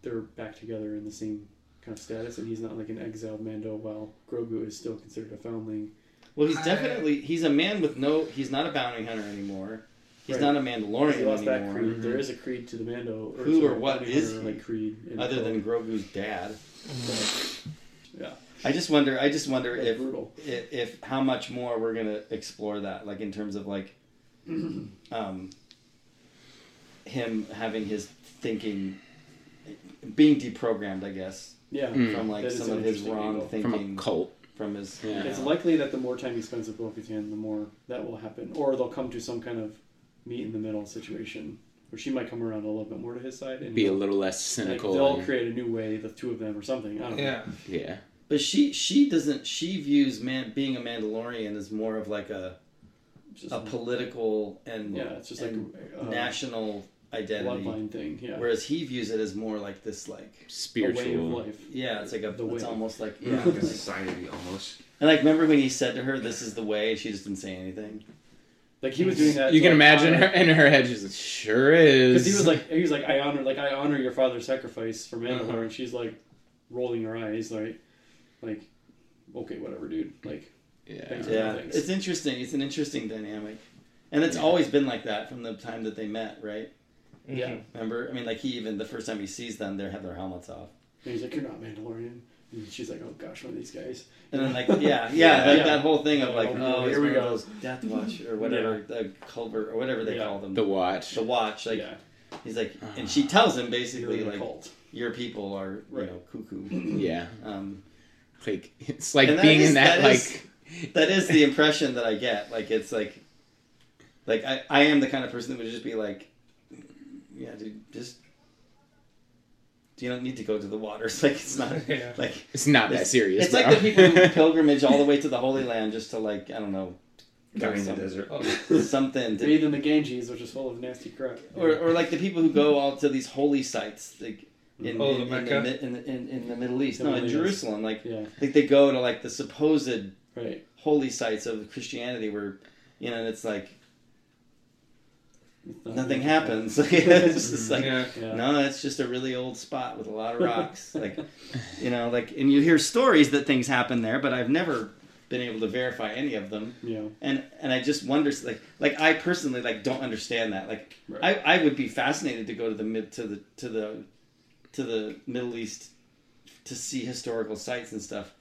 S1: they're back together in the same kind of status, and he's not like an exiled Mando while Grogu is still considered a foundling.
S2: well, he's
S3: I-
S2: definitely he's a man with no. He's not a bounty hunter anymore. He's
S1: Right.
S2: not a
S1: He lost
S2: Mandalorian
S1: that
S2: anymore. Mm-hmm.
S1: creed. There is a creed to the Mando.
S2: Who
S1: to
S2: or
S1: the
S2: what
S1: Bounty
S2: is
S1: Hunter,
S2: he?
S1: like creed? in
S2: Other
S1: the
S2: than
S1: code.
S2: Grogu's dad.
S1: Hmm. yeah,
S2: I just wonder. I just wonder
S1: That's
S2: if,
S1: brutal.
S2: if if how much more we're gonna explore that, like in terms of like, um, him having his thinking being deprogrammed, I guess,
S1: yeah.
S2: from like
S1: That is
S2: some
S1: an
S2: of his
S1: interesting
S2: wrong
S1: angle.
S4: From
S2: thinking
S4: a Hmm. cult.
S2: from his. uh,
S4: Yeah.
S1: It's likely that the more time you spend with Bo-Katan, the more that will happen, or they'll come to some kind of meet in the middle situation where she might come around a little bit more to his side and
S4: Be a
S1: they'll-
S4: little less
S1: like,
S4: cynical.
S1: they'll
S4: and-
S1: create a new way, the two of them or something. I don't know.
S3: Yeah.
S4: yeah.
S2: But she she doesn't she views man being a Mandalorian as more of like a
S1: It's just
S2: a political and
S1: yeah, it's just like
S2: and
S1: uh,
S2: national identity,
S1: bloodline thing. Yeah,
S2: whereas he views it as more like this like
S1: a way of
S4: Spiritual.
S1: life.
S2: yeah it's like a
S1: The
S2: it's
S1: way.
S2: almost like yeah
S6: Yeah, like a
S2: like-
S6: society almost.
S2: and like remember when he said to her this is the way and she just didn't say anything
S1: Like he was doing that.
S4: You
S1: to,
S4: can
S1: like,
S4: imagine
S1: honor-
S4: her in her head. She's like, sure is.
S1: Because he was like, he was like, I honor, like I honor your father's sacrifice for Mandalore,
S2: Uh-huh.
S1: and she's like, rolling her eyes, like, like, okay, whatever, dude. Like,
S4: yeah.
S1: Thanks.
S2: yeah
S1: Thanks.
S2: it's interesting it's an interesting dynamic and it's
S4: Yeah.
S2: always been like that from the time that they met right
S1: yeah.
S3: Mhm.
S1: And
S2: remember I mean like he even the first time he sees them they have their helmets off
S1: he's like, you're not Mandalorian, and she's like, oh gosh, one of these guys.
S2: And then like yeah, yeah, like
S1: Yeah.
S2: that whole thing of like
S1: Yeah.
S2: oh
S1: Here we
S2: one of
S1: go.
S2: those death watch or whatever the culvert or whatever they
S1: Yeah.
S2: call them
S4: The watch.
S2: The watch like
S1: yeah, Uh-huh.
S2: he's like and she tells him basically
S1: you're
S2: like
S1: like, cult.
S2: your people are you
S1: Right.
S2: know cuckoo
S4: Yeah.
S2: um
S4: Like it's like
S2: And that
S4: being
S2: is-
S4: in that,
S2: that
S4: like
S2: is- that is the impression that I get like it's like like I I am the kind of person that would just be like yeah dude just you don't need to go to the waters like it's not
S3: Yeah.
S2: like
S4: it's not that serious.
S2: it's like
S4: bro.
S2: the people who pilgrimage all the way to the Holy Land just to like I don't know
S6: Dying in the
S2: some-
S6: desert.
S2: something to,
S1: Bathe in the Ganges, which is full of nasty crap.
S2: or or like the people who go all to these holy sites like
S1: Mm.
S2: in
S3: Oh,
S2: in,
S3: the
S2: in,
S3: Mecca?
S2: mi- in, the- in, in the Middle East
S1: The
S2: no
S1: Middle
S2: in
S1: East.
S2: Jerusalem like
S1: yeah,
S2: like they go to like the supposed
S1: right.
S2: holy sites of Christianity where you know and it's like
S1: It's not
S2: nothing
S1: really-
S2: happens like it's just like
S3: yeah.
S1: Mm-hmm. Yeah.
S2: no it's just a really old spot with a lot of rocks like you know like and you hear stories that things happen there but I've never been able to verify any of them
S1: Yeah.
S2: and and I just wonder like like I personally like don't understand that like
S1: Right.
S2: I, I would be fascinated to go to the mid to the to the to the Middle East to see historical sites and stuff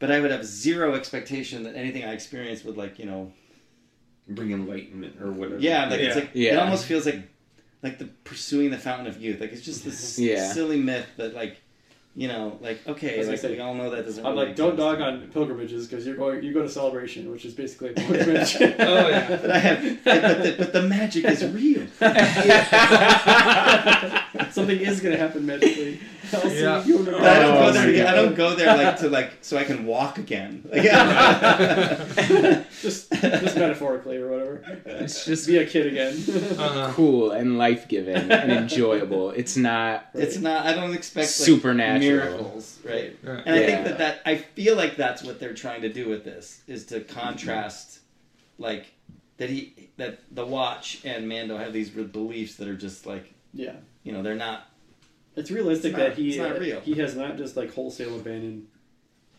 S2: but I would have zero expectation that anything I experience would like you know
S6: Bring enlightenment or whatever.
S2: yeah like it's
S3: Yeah.
S2: like it
S4: Yeah.
S2: almost feels like like the pursuing the fountain of youth. Like it's just this
S4: Yeah.
S2: silly myth that like, you know, like
S1: I
S2: okay,
S1: was
S2: like
S1: gonna say,
S2: we all know that doesn't.
S1: I'm
S2: really
S1: like, don't
S2: exist.
S1: dog on pilgrimages because you're going. You go to celebration, which is basically a pilgrimage.
S3: Oh, yeah.
S2: But I have, but the, but the magic is real.
S1: Something is gonna happen magically. I'll see
S3: Yeah.
S1: you in a
S2: But I don't
S1: bit.
S2: go
S9: Oh
S2: there.
S9: my
S2: to get- I
S9: God.
S2: don't go there like to like so I can walk again. Like,
S1: just, just metaphorically or whatever.
S9: It's just
S1: Be a kid again.
S3: Uh-huh.
S4: cool and life giving and enjoyable. It's not
S2: It's not. I don't expect like,
S4: Supernatural.
S2: miracles, right?
S3: Right.
S2: And I think
S4: Yeah.
S2: that that I feel like that's what they're trying to do with this is to contrast, like that he that the Watch and Mando have these re- beliefs that are just like
S1: yeah.
S2: you know they're not
S1: It's realistic
S2: It's not-
S1: that he
S2: it's not real.
S1: he has not just like wholesale abandoned.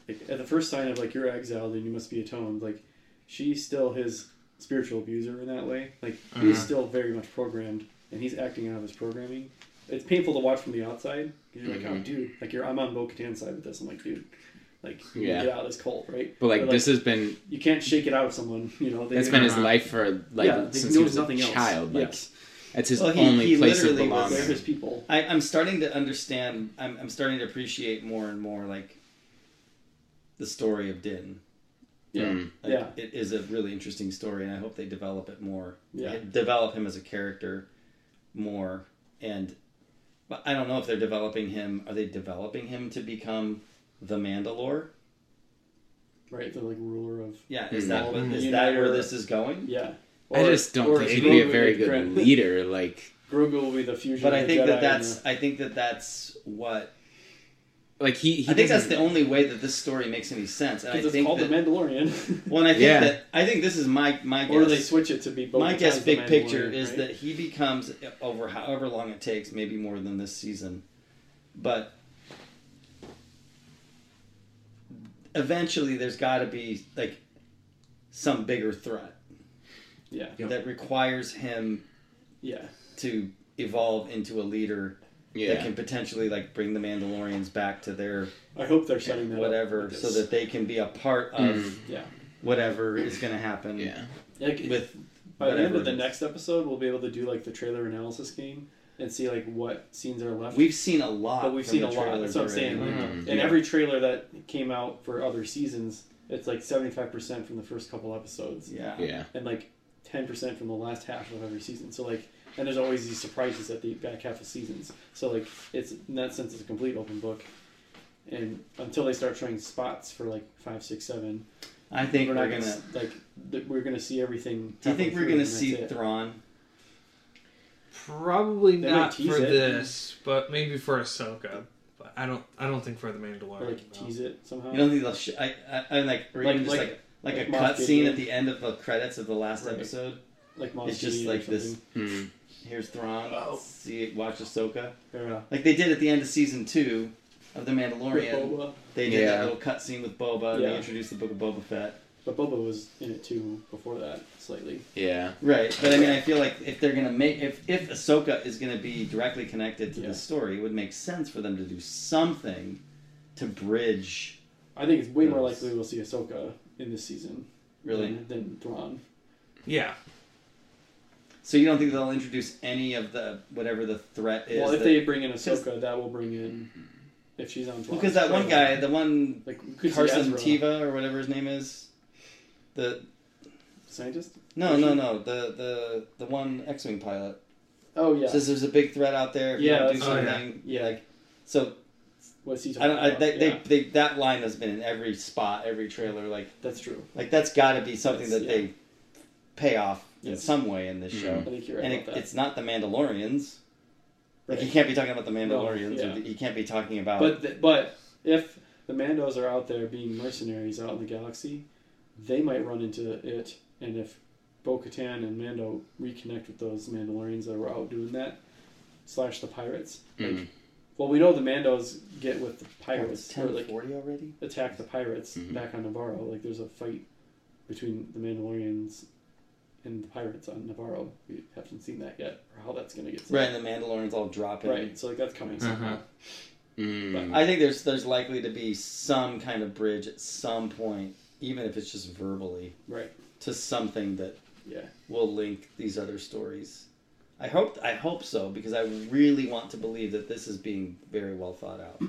S1: Like at the first sign of like you're exiled and you must be atoned, like she's still his spiritual abuser in that way. Like he's
S4: Mm-hmm.
S3: Uh-huh.
S1: still very much programmed and he's acting out of his programming. It's painful to watch from the outside. 'cause You're like, oh,
S4: Mhm.
S1: dude, like you're I'm on Bo Katan's side with this. I'm like, dude, like you need to
S4: Yeah.
S1: get out of this cult, right?
S4: but like, this has been
S1: you can't shake it out of someone. You know, they,
S4: that's been his
S3: Uh-huh.
S4: life for like
S1: yeah, they
S4: since
S1: know
S4: he was
S1: nothing
S4: a
S1: else.
S4: child. Like
S1: yes,
S4: that's his
S2: Well, he-
S4: only
S2: he
S4: place of
S2: literally was
S1: they're
S4: belonging.
S1: his people.
S2: I, I'm starting to understand. I'm, I'm starting to appreciate more and more like the story of Din.
S1: Yeah.
S4: Mm.
S2: Like,
S1: Yeah.
S2: it is a really interesting story, and I hope they develop it more.
S1: Yeah.
S2: develop him as a character more, and but I don't know if they're developing him. Are they developing him to become the Mandalore?
S1: right? The like ruler of
S2: Yeah, is
S4: Mhm.
S2: that what, is
S1: You
S2: that
S1: know,
S2: where
S1: or-
S2: this is going?
S1: yeah.
S4: I just don't
S1: or
S4: think
S1: it's
S4: he'd be a
S1: Grogu
S4: very
S1: with
S4: good
S1: Grand-
S4: leader. Like
S1: Grogu will be the fusion.
S2: But
S1: of
S2: I
S1: the
S2: think
S1: Jedi
S2: that
S1: and
S2: that's
S1: the-
S2: I think that that's what
S4: like he, he
S2: I think that's
S4: doesn't-
S2: the only way that this story makes any sense. And I
S1: 'cause it's
S2: think
S1: called
S2: that,
S1: the Mandalorian.
S2: Well, and I think
S4: Yeah.
S2: that I think this is my my
S1: or they
S2: guess.
S1: switch it to be both.
S2: my guess, big picture, is
S1: right?
S2: that he becomes over however long it takes, maybe more than this season, but eventually there's got to be like some bigger threat
S1: yeah,
S6: Yep.
S2: that requires him
S1: yeah,
S2: to evolve into a leader that
S4: yeah.
S2: can potentially like bring the Mandalorians back to their
S1: I hope they're setting that up
S2: whatever,
S1: with
S2: so
S1: this.
S2: that they can be a part of
S4: Mhm.
S1: Mm, Yeah.
S2: whatever is going to happen.
S4: Yeah,
S1: Like,
S2: With
S1: by the end
S2: whatever
S1: of the
S2: it is.
S1: next episode, we'll be able to do like the trailer analysis game and see like what scenes are left.
S2: We've seen a lot.
S1: but we've
S2: from
S1: seen
S2: the
S1: a lot.
S2: trailers
S1: That's what I'm
S2: already.
S1: saying. Like,
S4: Mhm.
S1: In
S6: Yeah.
S1: every trailer that came out for other seasons, it's like 75 percent from the first couple episodes.
S2: Yeah.
S4: yeah.
S1: and like 10% from the last half of every season. So like, and there's always these surprises at the back half of seasons. So like, it's in that sense, it's a complete open book. And until they start showing spots for like five, six, seven,
S2: I think we're,
S1: not
S2: gonna.
S1: s- like th- we're gonna see everything.
S2: do you
S1: halfway
S2: think we're
S1: through and
S2: gonna
S1: that's
S2: see
S1: it.
S2: Thrawn?
S3: Probably
S1: They might
S3: not
S1: tease
S3: for
S1: it.
S3: this, but maybe for Ahsoka. But I don't. I don't think for the Mandalorian.
S1: or like
S3: no.
S1: tease it somehow?
S2: You don't think they'll? Sh- I, I, I like or
S1: Like-
S2: even just
S1: like-
S2: like like,
S1: like
S2: a
S1: Moff
S2: cut scene
S1: Gideon.
S2: at the end of the credits of the last
S1: Right.
S2: episode.
S1: like Moss
S2: It's just
S1: Gideon or
S2: like this.
S1: something.
S4: Mm.
S2: Here's Thrawn.
S1: Oh.
S2: See, it, watch Ahsoka.
S1: Or, uh,
S2: Like they did at the end of season two of the Mandalorian.
S1: Boba.
S2: They did
S4: Yeah.
S2: that little cut scene with Boba. and
S1: Yeah.
S2: They introduced the book of Boba Fett.
S1: But Boba was in it too before that slightly.
S4: yeah.
S2: Right, but I mean, I feel like if they're gonna make if if Ahsoka is gonna be directly connected to
S1: Yeah.
S2: the story, it would make sense for them to do something to bridge.
S1: I think it's way more
S2: Yes.
S1: likely we'll see Ahsoka in this season
S2: Really?
S1: than, than Thrawn.
S3: Yeah.
S2: So you don't think they'll introduce any of the whatever the threat is?
S1: well, if
S2: that-
S1: they bring in Ahsoka, that will bring in if she's on. Thrawn.
S2: because that one
S1: Right.
S2: guy, the one
S1: Like we could
S2: Carson
S1: see Ezra,
S2: Tiva or whatever his name is, the
S1: scientist.
S2: no no no the the the one X wing pilot
S1: Oh yeah,
S2: says there's a big threat out there. If
S1: Yeah,
S2: you don't do
S1: that's-
S3: oh, yeah.
S2: something.
S1: Yeah.
S2: like so
S1: what's he
S2: I
S1: talking
S2: don't. I,
S1: about?
S2: they,
S1: yeah,
S2: they, they, that line has been in every spot, every trailer. Like,
S1: that's true.
S2: like that's got to be something
S1: That's-
S2: that they pay off in
S1: Yes.
S2: some way in this
S4: Mhm.
S2: show.
S1: I think you're right
S2: and
S1: about
S2: it,
S1: that.
S2: it's not the Mandalorians. Like, you
S1: Right.
S2: can't be talking about the Mandalorians.
S1: yeah.
S2: or the, you can't be talking about.
S1: But th- but if the Mandos are out there being mercenaries out in the galaxy, they might run into it. And if Bo Katan and Mando reconnect with those Mandalorians that were out doing that, slash the pirates. Like,
S4: Mm.
S1: well, we know the Mandos get with the
S2: Oh,
S1: pirates.
S2: it's
S1: or, like,
S2: 1040 already.
S1: attack the pirates
S4: Mhm.
S1: back on Navarro. Like there's a fight between the Mandalorians and the pirates on Navarro. We haven't seen that yet, or how that's gonna get set
S2: Right,
S1: up.
S2: and the Mandalorians all drop in.
S1: Right. So like that's coming somehow.
S3: Uh-huh.
S4: Mm.
S2: I think there's there's likely to be some kind of bridge at some point, even if it's just verbally,
S1: Right.
S2: to something that
S1: Yeah.
S2: will link these other stories. I hope I hope so because I really want to believe that this is being very well thought out.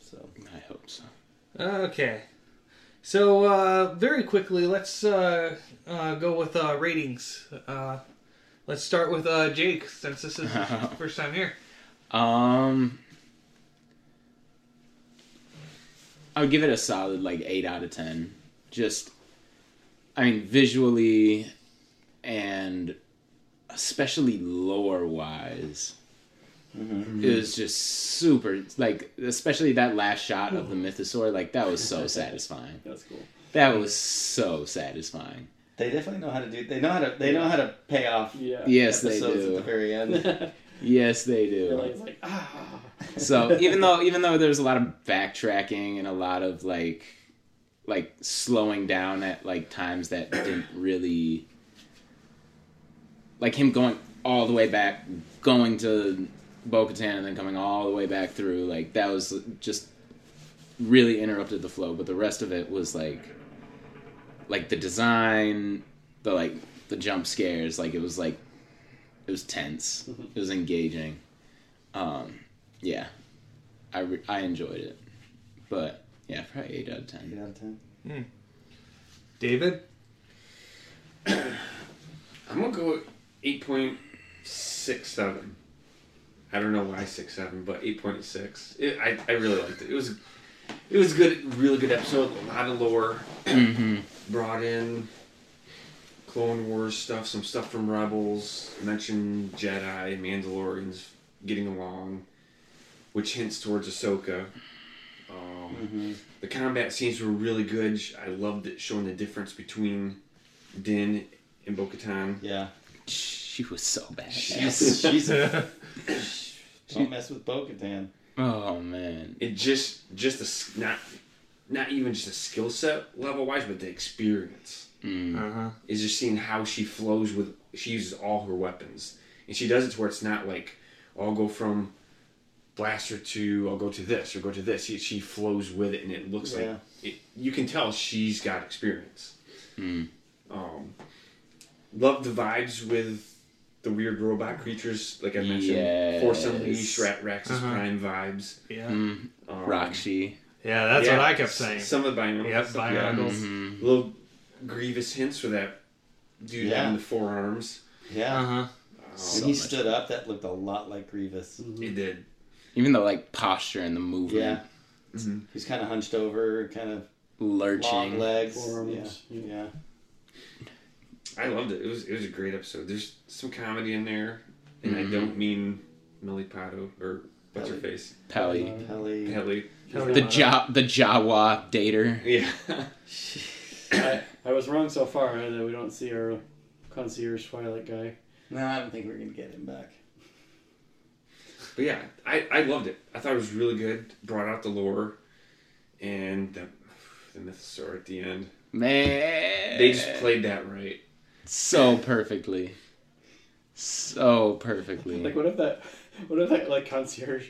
S2: so
S4: I hope so.
S3: Okay. So, uh, very quickly, let's uh, uh, go with uh, ratings. Uh, let's start with uh, Jake, since this is his first time here.
S4: Um, I would give it a solid like eight out of ten. Just, I mean, visually and especially lore wise,
S2: Mm-hmm.
S4: it was just super. Like, especially that last shot of the mythosaur, like that was so satisfying.
S1: That's cool.
S4: That was so satisfying.
S2: they definitely know how to do. They know how to. They know how to pay off
S1: Yeah.
S4: Yes, they
S2: episodes at the
S4: do.
S2: very end.
S1: They're
S4: Yes, they do.
S1: like, it's like, ah.
S4: So even though even though there's a lot of backtracking and a lot of like like slowing down at like times that didn't really like him going all the way back going to Bo Katan and then coming all the way back through, like that was just really interrupted the flow, but the rest of it was like like the design, the like the jump scares, like it was like it was tense. It was engaging. Um yeah. I re- I enjoyed it. But yeah, probably 8 out of 10.
S2: Eight out of ten.
S3: David?
S6: I'm gonna go eight point six seven. I don't know why six seven, but eight point six. It, I I really liked it. It was it was good, really good episode. A lot of lore
S4: Mm-hmm.
S6: brought in. Clone Wars stuff, some stuff from Rebels, mentioned Jedi, Mandalorians getting along, which hints towards Ahsoka. Um, The combat scenes were really good. I loved it showing the difference between Din and Bo Katan.
S2: Yeah.
S4: She was so bad.
S2: She's, she's
S3: Uh-huh.
S2: a, don't mess with Bo-Katan.
S4: Oh man.
S6: it just just a s- not not even just a skill set level wise, but the experience
S3: Uh huh.
S6: is just seeing how she flows with she uses all her weapons and she does it to where it's not like oh, I'll go from blaster to I'll go to this or go to this. She, she flows with it and it looks like
S2: Yeah.
S6: it, you can tell she's got experience. Um, love the vibes with the weird robot creatures like I mentioned. Force
S4: Yes.
S6: Unleashed, Rat Raxus
S3: Uh-huh.
S6: Prime vibes.
S3: Yeah.
S6: Um,
S4: Mm-hmm. Roxy.
S3: Yeah, that's
S6: yeah,
S3: what I kept
S6: s-
S3: saying.
S6: Some of the binomials.
S3: Yep, bionicles.
S4: Mhm.
S6: Little grievous hints for that dude
S2: Yeah.
S6: having the forearms.
S2: Yeah.
S3: Uh
S1: Uh-huh.
S3: huh.
S6: Um,
S2: When he
S4: So much.
S2: stood up, that looked a lot like Grievous.
S1: Mm-hmm.
S6: it did.
S4: Even the like posture and the movement,
S2: Yeah.
S3: Mm-hmm.
S2: He's kind of hunched over, kind of long
S4: lurching.
S2: legs.
S1: Forearms.
S2: Yeah. Yeah.
S6: I loved it. It was it was a great episode. There's some comedy in there, and I don't mean Millie Pato or what's her
S2: Pelly.
S6: face
S4: Pally.
S2: Pelly.
S6: Pelly.
S4: The ja- the Jawa dater.
S6: Yeah,
S1: I, I was wrong so far uh, that we don't see our concierge Twilight guy.
S2: No, I don't think we're going to get him back.
S6: but yeah, I I loved it. I thought it was really good. Brought out the lore, and the the mythosaur at the end.
S4: Man.
S6: They just played that right.
S4: so perfectly. So perfectly.
S1: Like, what if that, what if that like concierge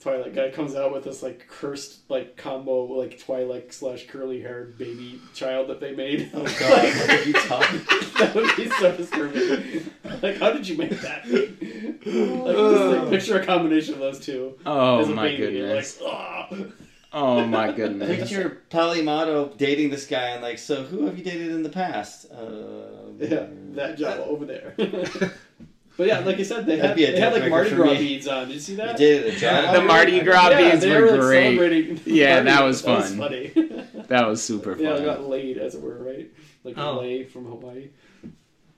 S1: Twilight guy comes out with this like cursed like combo like Twilight slash curly haired baby child that they made?
S2: Oh, God. what are you talking
S1: that would be so disturbing. like, how did you make that? like,
S2: Oh.
S1: just, like, picture a combination of those two.
S4: oh
S1: as a
S4: my
S1: baby, and you're
S4: goodness.
S1: Like, "Ah."
S4: Oh my goodness.
S2: Picture Palimato dating this guy and like, so who have you dated in the past? Uh,
S1: Yeah, that job over there. but yeah, like you said, they
S2: That'd
S1: had,
S2: be a
S1: they had
S2: deal
S1: like Mardi
S2: breaker for
S1: Gras
S2: me.
S1: beads on. Did you see
S2: You
S1: that?
S2: dated a Jawa?
S4: The Mardi Gras
S1: yeah,
S4: beads
S1: they
S4: were,
S1: were, like,
S4: great.
S1: celebrating the
S4: Yeah,
S1: party.
S4: that was fun.
S1: That was funny.
S4: That was super
S1: yeah, I
S4: fun.
S1: got laid, as it were, right? Like
S3: Oh.
S1: lay from Hawaii.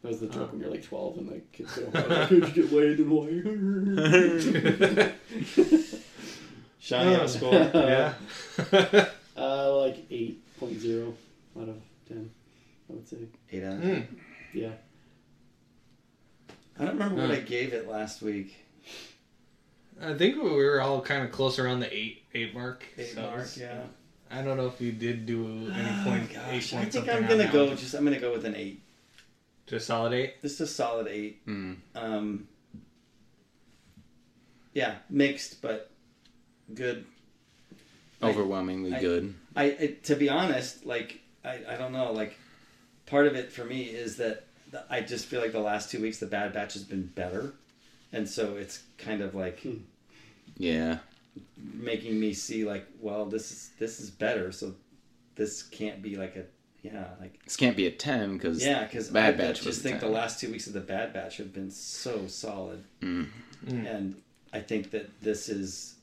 S1: That was the joke
S3: Oh.
S1: when you're like 12 and like kids go, "How did you get laid in Hawaii?"
S2: Shawnee out of school.
S3: Yeah.
S1: uh, like 8.0 out of 10, I would say.
S2: Eight out of
S3: Hmm.
S1: Yeah.
S2: I don't remember what
S3: Hmm.
S2: I gave it last week.
S3: I think we were all kind of close around the eight eight mark. so it's-
S2: yeah.
S3: I don't know if you did do any point. eight
S2: Gosh, I
S3: point
S2: think
S3: something
S2: I'm
S3: on
S2: gonna
S3: that
S2: go.
S3: one.
S2: Just I'm gonna go with an eight.
S3: Just solid eight.
S2: This is a solid eight.
S4: Mm.
S2: Um, yeah, mixed but good.
S4: Overwhelmingly
S2: I-
S4: good.
S2: I, I to be honest, like I, I don't know, like part of it for me is that th- I just feel like the last two weeks the Bad Batch has been better, and so it's kind of like
S4: Yeah.
S2: making me see like, well, this is this is better, so this can't be like a yeah like
S4: This can't be a 10 because
S2: yeah because I
S4: Bad
S2: I
S4: Batch was
S2: just
S4: a
S2: think the
S4: 10.
S2: last two weeks of the Bad Batch have been so solid,
S4: Mm.
S2: and I think that this is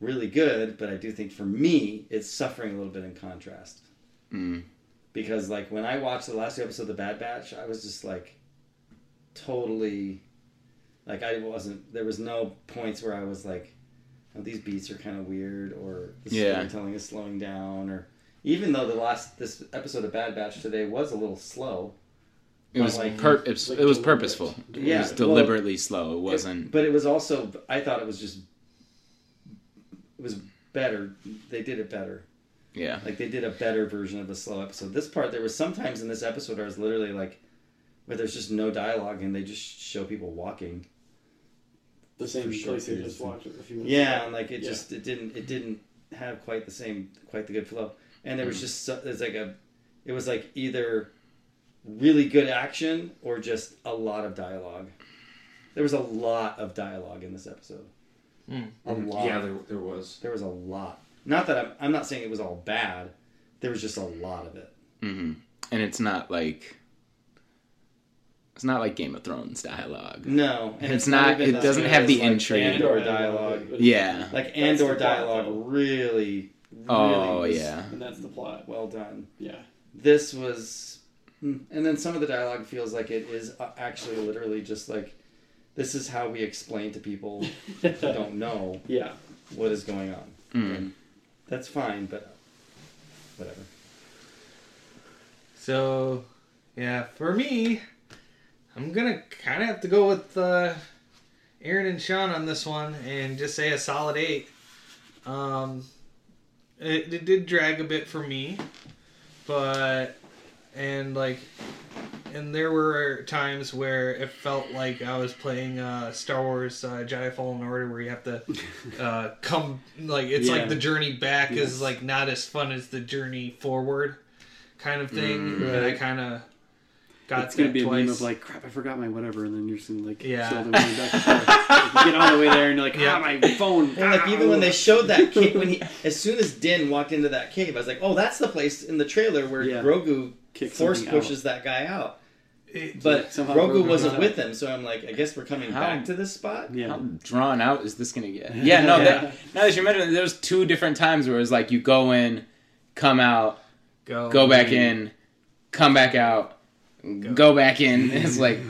S2: really good, but I do think for me it's suffering a little bit in contrast.
S4: Mm.
S2: because like when I watched the last two episodes of The Bad Batch, I was just like totally like I wasn't there was no points where I was like oh, these beats are kind of weird or the
S4: Yeah.
S2: storytelling is slowing down or even though the last this episode of Bad Batch today was a little slow
S4: It was
S2: like-
S4: pur- it was,
S1: like
S4: it was
S1: deliberate.
S4: purposeful. it
S2: Yeah,
S4: was
S2: well-
S4: deliberately slow. It wasn't.
S2: but it was also I thought it was just it was better they did it better
S4: yeah.
S2: Like they did a better version of a slow episode. This part, there was sometimes in this episode where I was literally like, where there's just no dialogue and they just show people walking.
S1: The same
S2: short
S1: place they
S2: periods
S1: just
S2: of
S1: watched a few minutes.
S2: Yeah, and like it
S1: Yeah.
S2: just it didn't it didn't have quite the same quite the good flow. And there was just so, there's like a it was like either really good action or just a lot of dialogue. There was a lot of dialogue in this episode. A lot.
S6: Yeah, there, there was.
S2: There was a lot. Not that I'm I'm not saying it was all bad. There was just a lot of it.
S4: hmm And it's not like. It's not like Game of Thrones dialogue.
S2: No, and
S4: It's not-
S2: even
S4: it
S2: that
S4: doesn't
S2: good.
S4: have
S2: It's
S4: the
S2: like
S4: intrigue.
S2: Andor dialogue,
S4: Yeah.
S2: like
S1: That's
S2: Andor
S1: the plot,
S2: dialogue,
S1: though.
S2: really, really.
S4: Oh,
S2: was
S4: yeah.
S1: And that's the plot.
S2: well done.
S1: Yeah.
S2: This was, hmm, and then some of the dialogue feels like it is uh, actually literally just like, this is how we explain to people who don't know
S1: Yeah.
S2: what is going on.
S4: Mm.
S2: That's fine, but whatever.
S3: So, yeah, for me, I'm gonna kind of have to go with uh, Aaron and Sean on this one, and just say a solid eight. Um, it, it did drag a bit for me, but and like, and there were times where it felt like I was playing uh, Star Wars uh, Jedi Fallen Order, where you have to uh, come like it's
S1: Yeah.
S3: like the journey back
S1: Yes.
S3: is like not as fun as the journey forward kind of thing, and I kind of got
S1: Mm, it's gonna
S3: that
S1: be
S3: twice.
S1: a meme of like, crap, I forgot my whatever, and then you're just gonna like,
S3: Yeah.
S1: sail the way back and forth. Like, you get all the way there, and you're like, ah,
S3: Yeah.
S1: my phone. Ah,
S2: And like even when they showed that cave, when he as soon as Din walked into that cave, I was like, oh, that's the place in the trailer where
S1: Yeah.
S2: Grogu
S1: Kicks
S2: force
S1: something out.
S2: pushes that guy out.
S3: It-
S2: But
S1: Somehow
S2: Grogu
S1: Grogu
S2: wasn't
S1: got
S2: with them, so I'm like, I guess we're coming
S4: How-
S2: back to this spot.
S1: yeah,
S4: How drawn out is this gonna get? Yeah, no.
S1: Yeah.
S4: That, now that you mentioned it, there's two different times where it's like you go in, come out,
S1: Oh,
S3: go
S4: go back in, come back out, go, back in. It's like,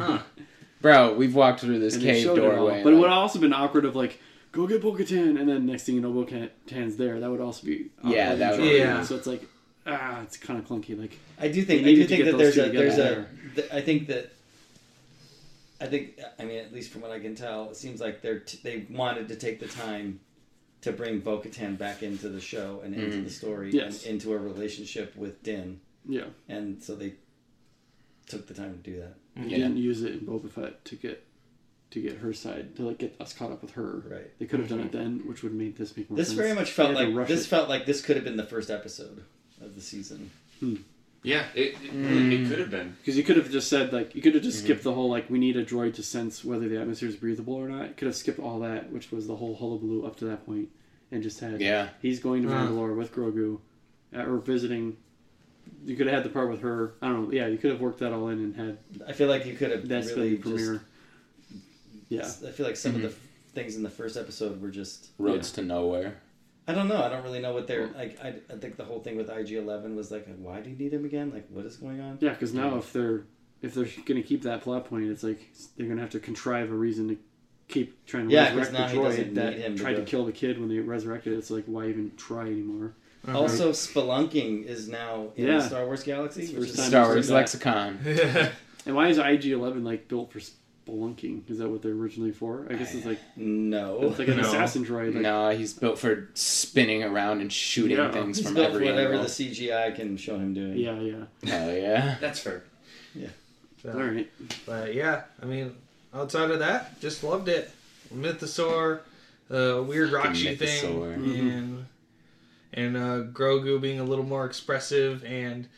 S4: bro, we've walked through this
S1: and they
S4: cave
S1: showed it all.
S4: doorway.
S1: But it
S4: like-
S1: would also been awkward of like, go get Bo-Katan, and then next thing you know, Bo-Katan's there. That would also be awkward
S4: Yeah,
S1: and
S4: that would-
S1: jarring.
S3: Yeah.
S1: So it's like, ah, it's kind of clunky. Like,
S2: I do think
S1: They
S2: I do
S1: needed to
S2: think
S1: get
S2: that
S1: those
S2: there's
S1: two
S2: a
S1: together
S2: there's a th- I think that I think I mean at least from what I can tell, it seems like they're t- they wanted to take the time to bring Bo-Katan back into the show and into the story
S1: Mm-hmm. Yes.
S2: and into a relationship with Din,
S1: yeah,
S2: and so they took the time to do that.
S1: you
S4: Yeah.
S1: didn't use it in Boba Fett to get to get her side to like get us caught up with her.
S2: Right.
S1: They could have done it then, which would have made this make more
S2: Mm-hmm. This
S1: sense.
S2: very much
S1: They
S2: felt
S1: had to
S2: like
S1: rush
S2: this
S1: it.
S2: felt like this could have been the first episode of the season.
S6: Yeah, it, it, it could have been.
S1: Because you could have just said like you could have
S2: Mm-hmm.
S1: just skipped the whole like we need a droid to sense whether the atmosphere is breathable or not. Could have skipped all that, which was the whole hullabaloo up to that point, and just had
S4: Yeah.
S1: he's going to
S3: Huh.
S1: Mandalore with Grogu, uh, or visiting. You could have had the part with her. I don't know. Yeah, you could have worked that all in and had
S2: I feel like you could have
S1: that's the
S2: really just-
S1: premiere. Yeah, Mm-hmm.
S2: I feel like some of the f- things in the first episode were just
S4: roads to nowhere.
S2: I don't know. I don't really know what they're like. I, I think the whole thing with IG Eleven was like, why do you need him again? Like, what is going on?
S1: yeah. Because now if they're if they're going to keep that plot point, it's like they're going to have to contrive a reason to keep trying to
S2: Yeah, 'cause
S1: resurrect the
S2: now he doesn't
S1: droid
S2: need him
S1: that
S2: to
S1: tried to
S2: go-
S1: kill the kid when they resurrected. it. It's like why even try anymore?
S3: Uh-huh.
S2: Also, spelunking is now in
S1: Uh-huh. Yeah.
S2: the Star Wars galaxy.
S1: It's the
S2: which
S1: first
S2: is-
S1: time
S4: Star
S1: I've
S4: Wars
S1: seen that.
S4: lexicon.
S1: And why is IG Eleven like built for spelunking? Is that what they're originally for? I guess it's like
S2: No,
S1: it's like an
S3: No.
S1: assassin droid. Like,
S4: no, he's built for spinning around and shooting
S1: Yeah.
S4: things
S2: he's
S4: from
S2: built
S4: every
S2: whatever
S4: angle.
S2: the CGI can show him doing.
S1: Yeah, yeah.
S4: Hell yeah.
S6: That's fair.
S3: So,
S1: All right.
S3: But yeah, I mean, outside of that, just loved it. Mythosaur, uh, weird Roxy thing,
S4: Mythosaur.
S1: Mm-hmm.
S3: and and uh, Grogu being a little more expressive, and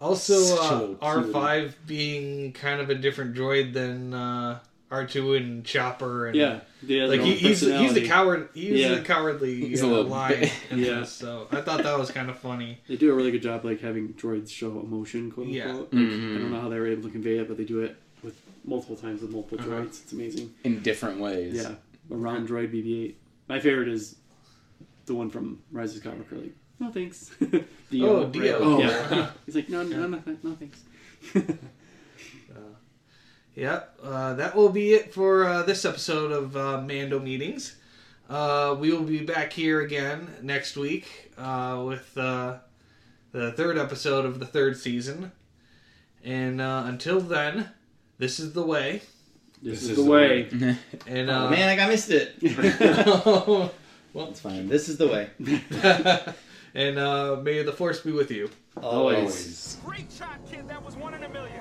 S3: Also,
S4: Such a
S3: uh,
S4: little
S3: R5 being kind of a different droid than uh, R2 and Chopper. And,
S1: Yeah, yeah.
S3: Like he, he's he's the coward he's
S1: Yeah.
S3: the cowardly
S4: He's a
S3: uh,
S4: little
S3: lion.
S4: bit-
S3: in
S1: Yeah.
S3: this, So I thought that was kind of funny.
S1: They do a really good job, like having droids show emotion, quote
S3: Yeah. Mm-hmm.
S1: unquote. Like, I
S4: Mhm.
S1: don't know how they were able to convey it, but they do it with multiple times with multiple
S3: Uh-huh.
S1: droids. It's amazing.
S4: in different ways.
S1: Yeah, a Ron droid BB-8. My favorite is the one from Rise of Skywalker. Like, no thanks. Dio,
S3: Oh, Dio.
S1: right?
S3: Oh.
S1: Yeah. He's like, no, no, no, no, no thanks.
S3: Yep, uh, that will be it for uh, this episode of uh, Mando Meetings. Uh, we will be back here again next week uh, with uh, the third episode of the third season. And uh, until then, this is the way.
S1: This, is, the way.
S3: And
S2: Oh,
S3: uh,
S2: man, I got- missed it.
S3: well,
S2: It's fine. This is the way.
S3: and uh, may the force be with you.
S2: Always.
S9: Great shot, kid. That was one in a million.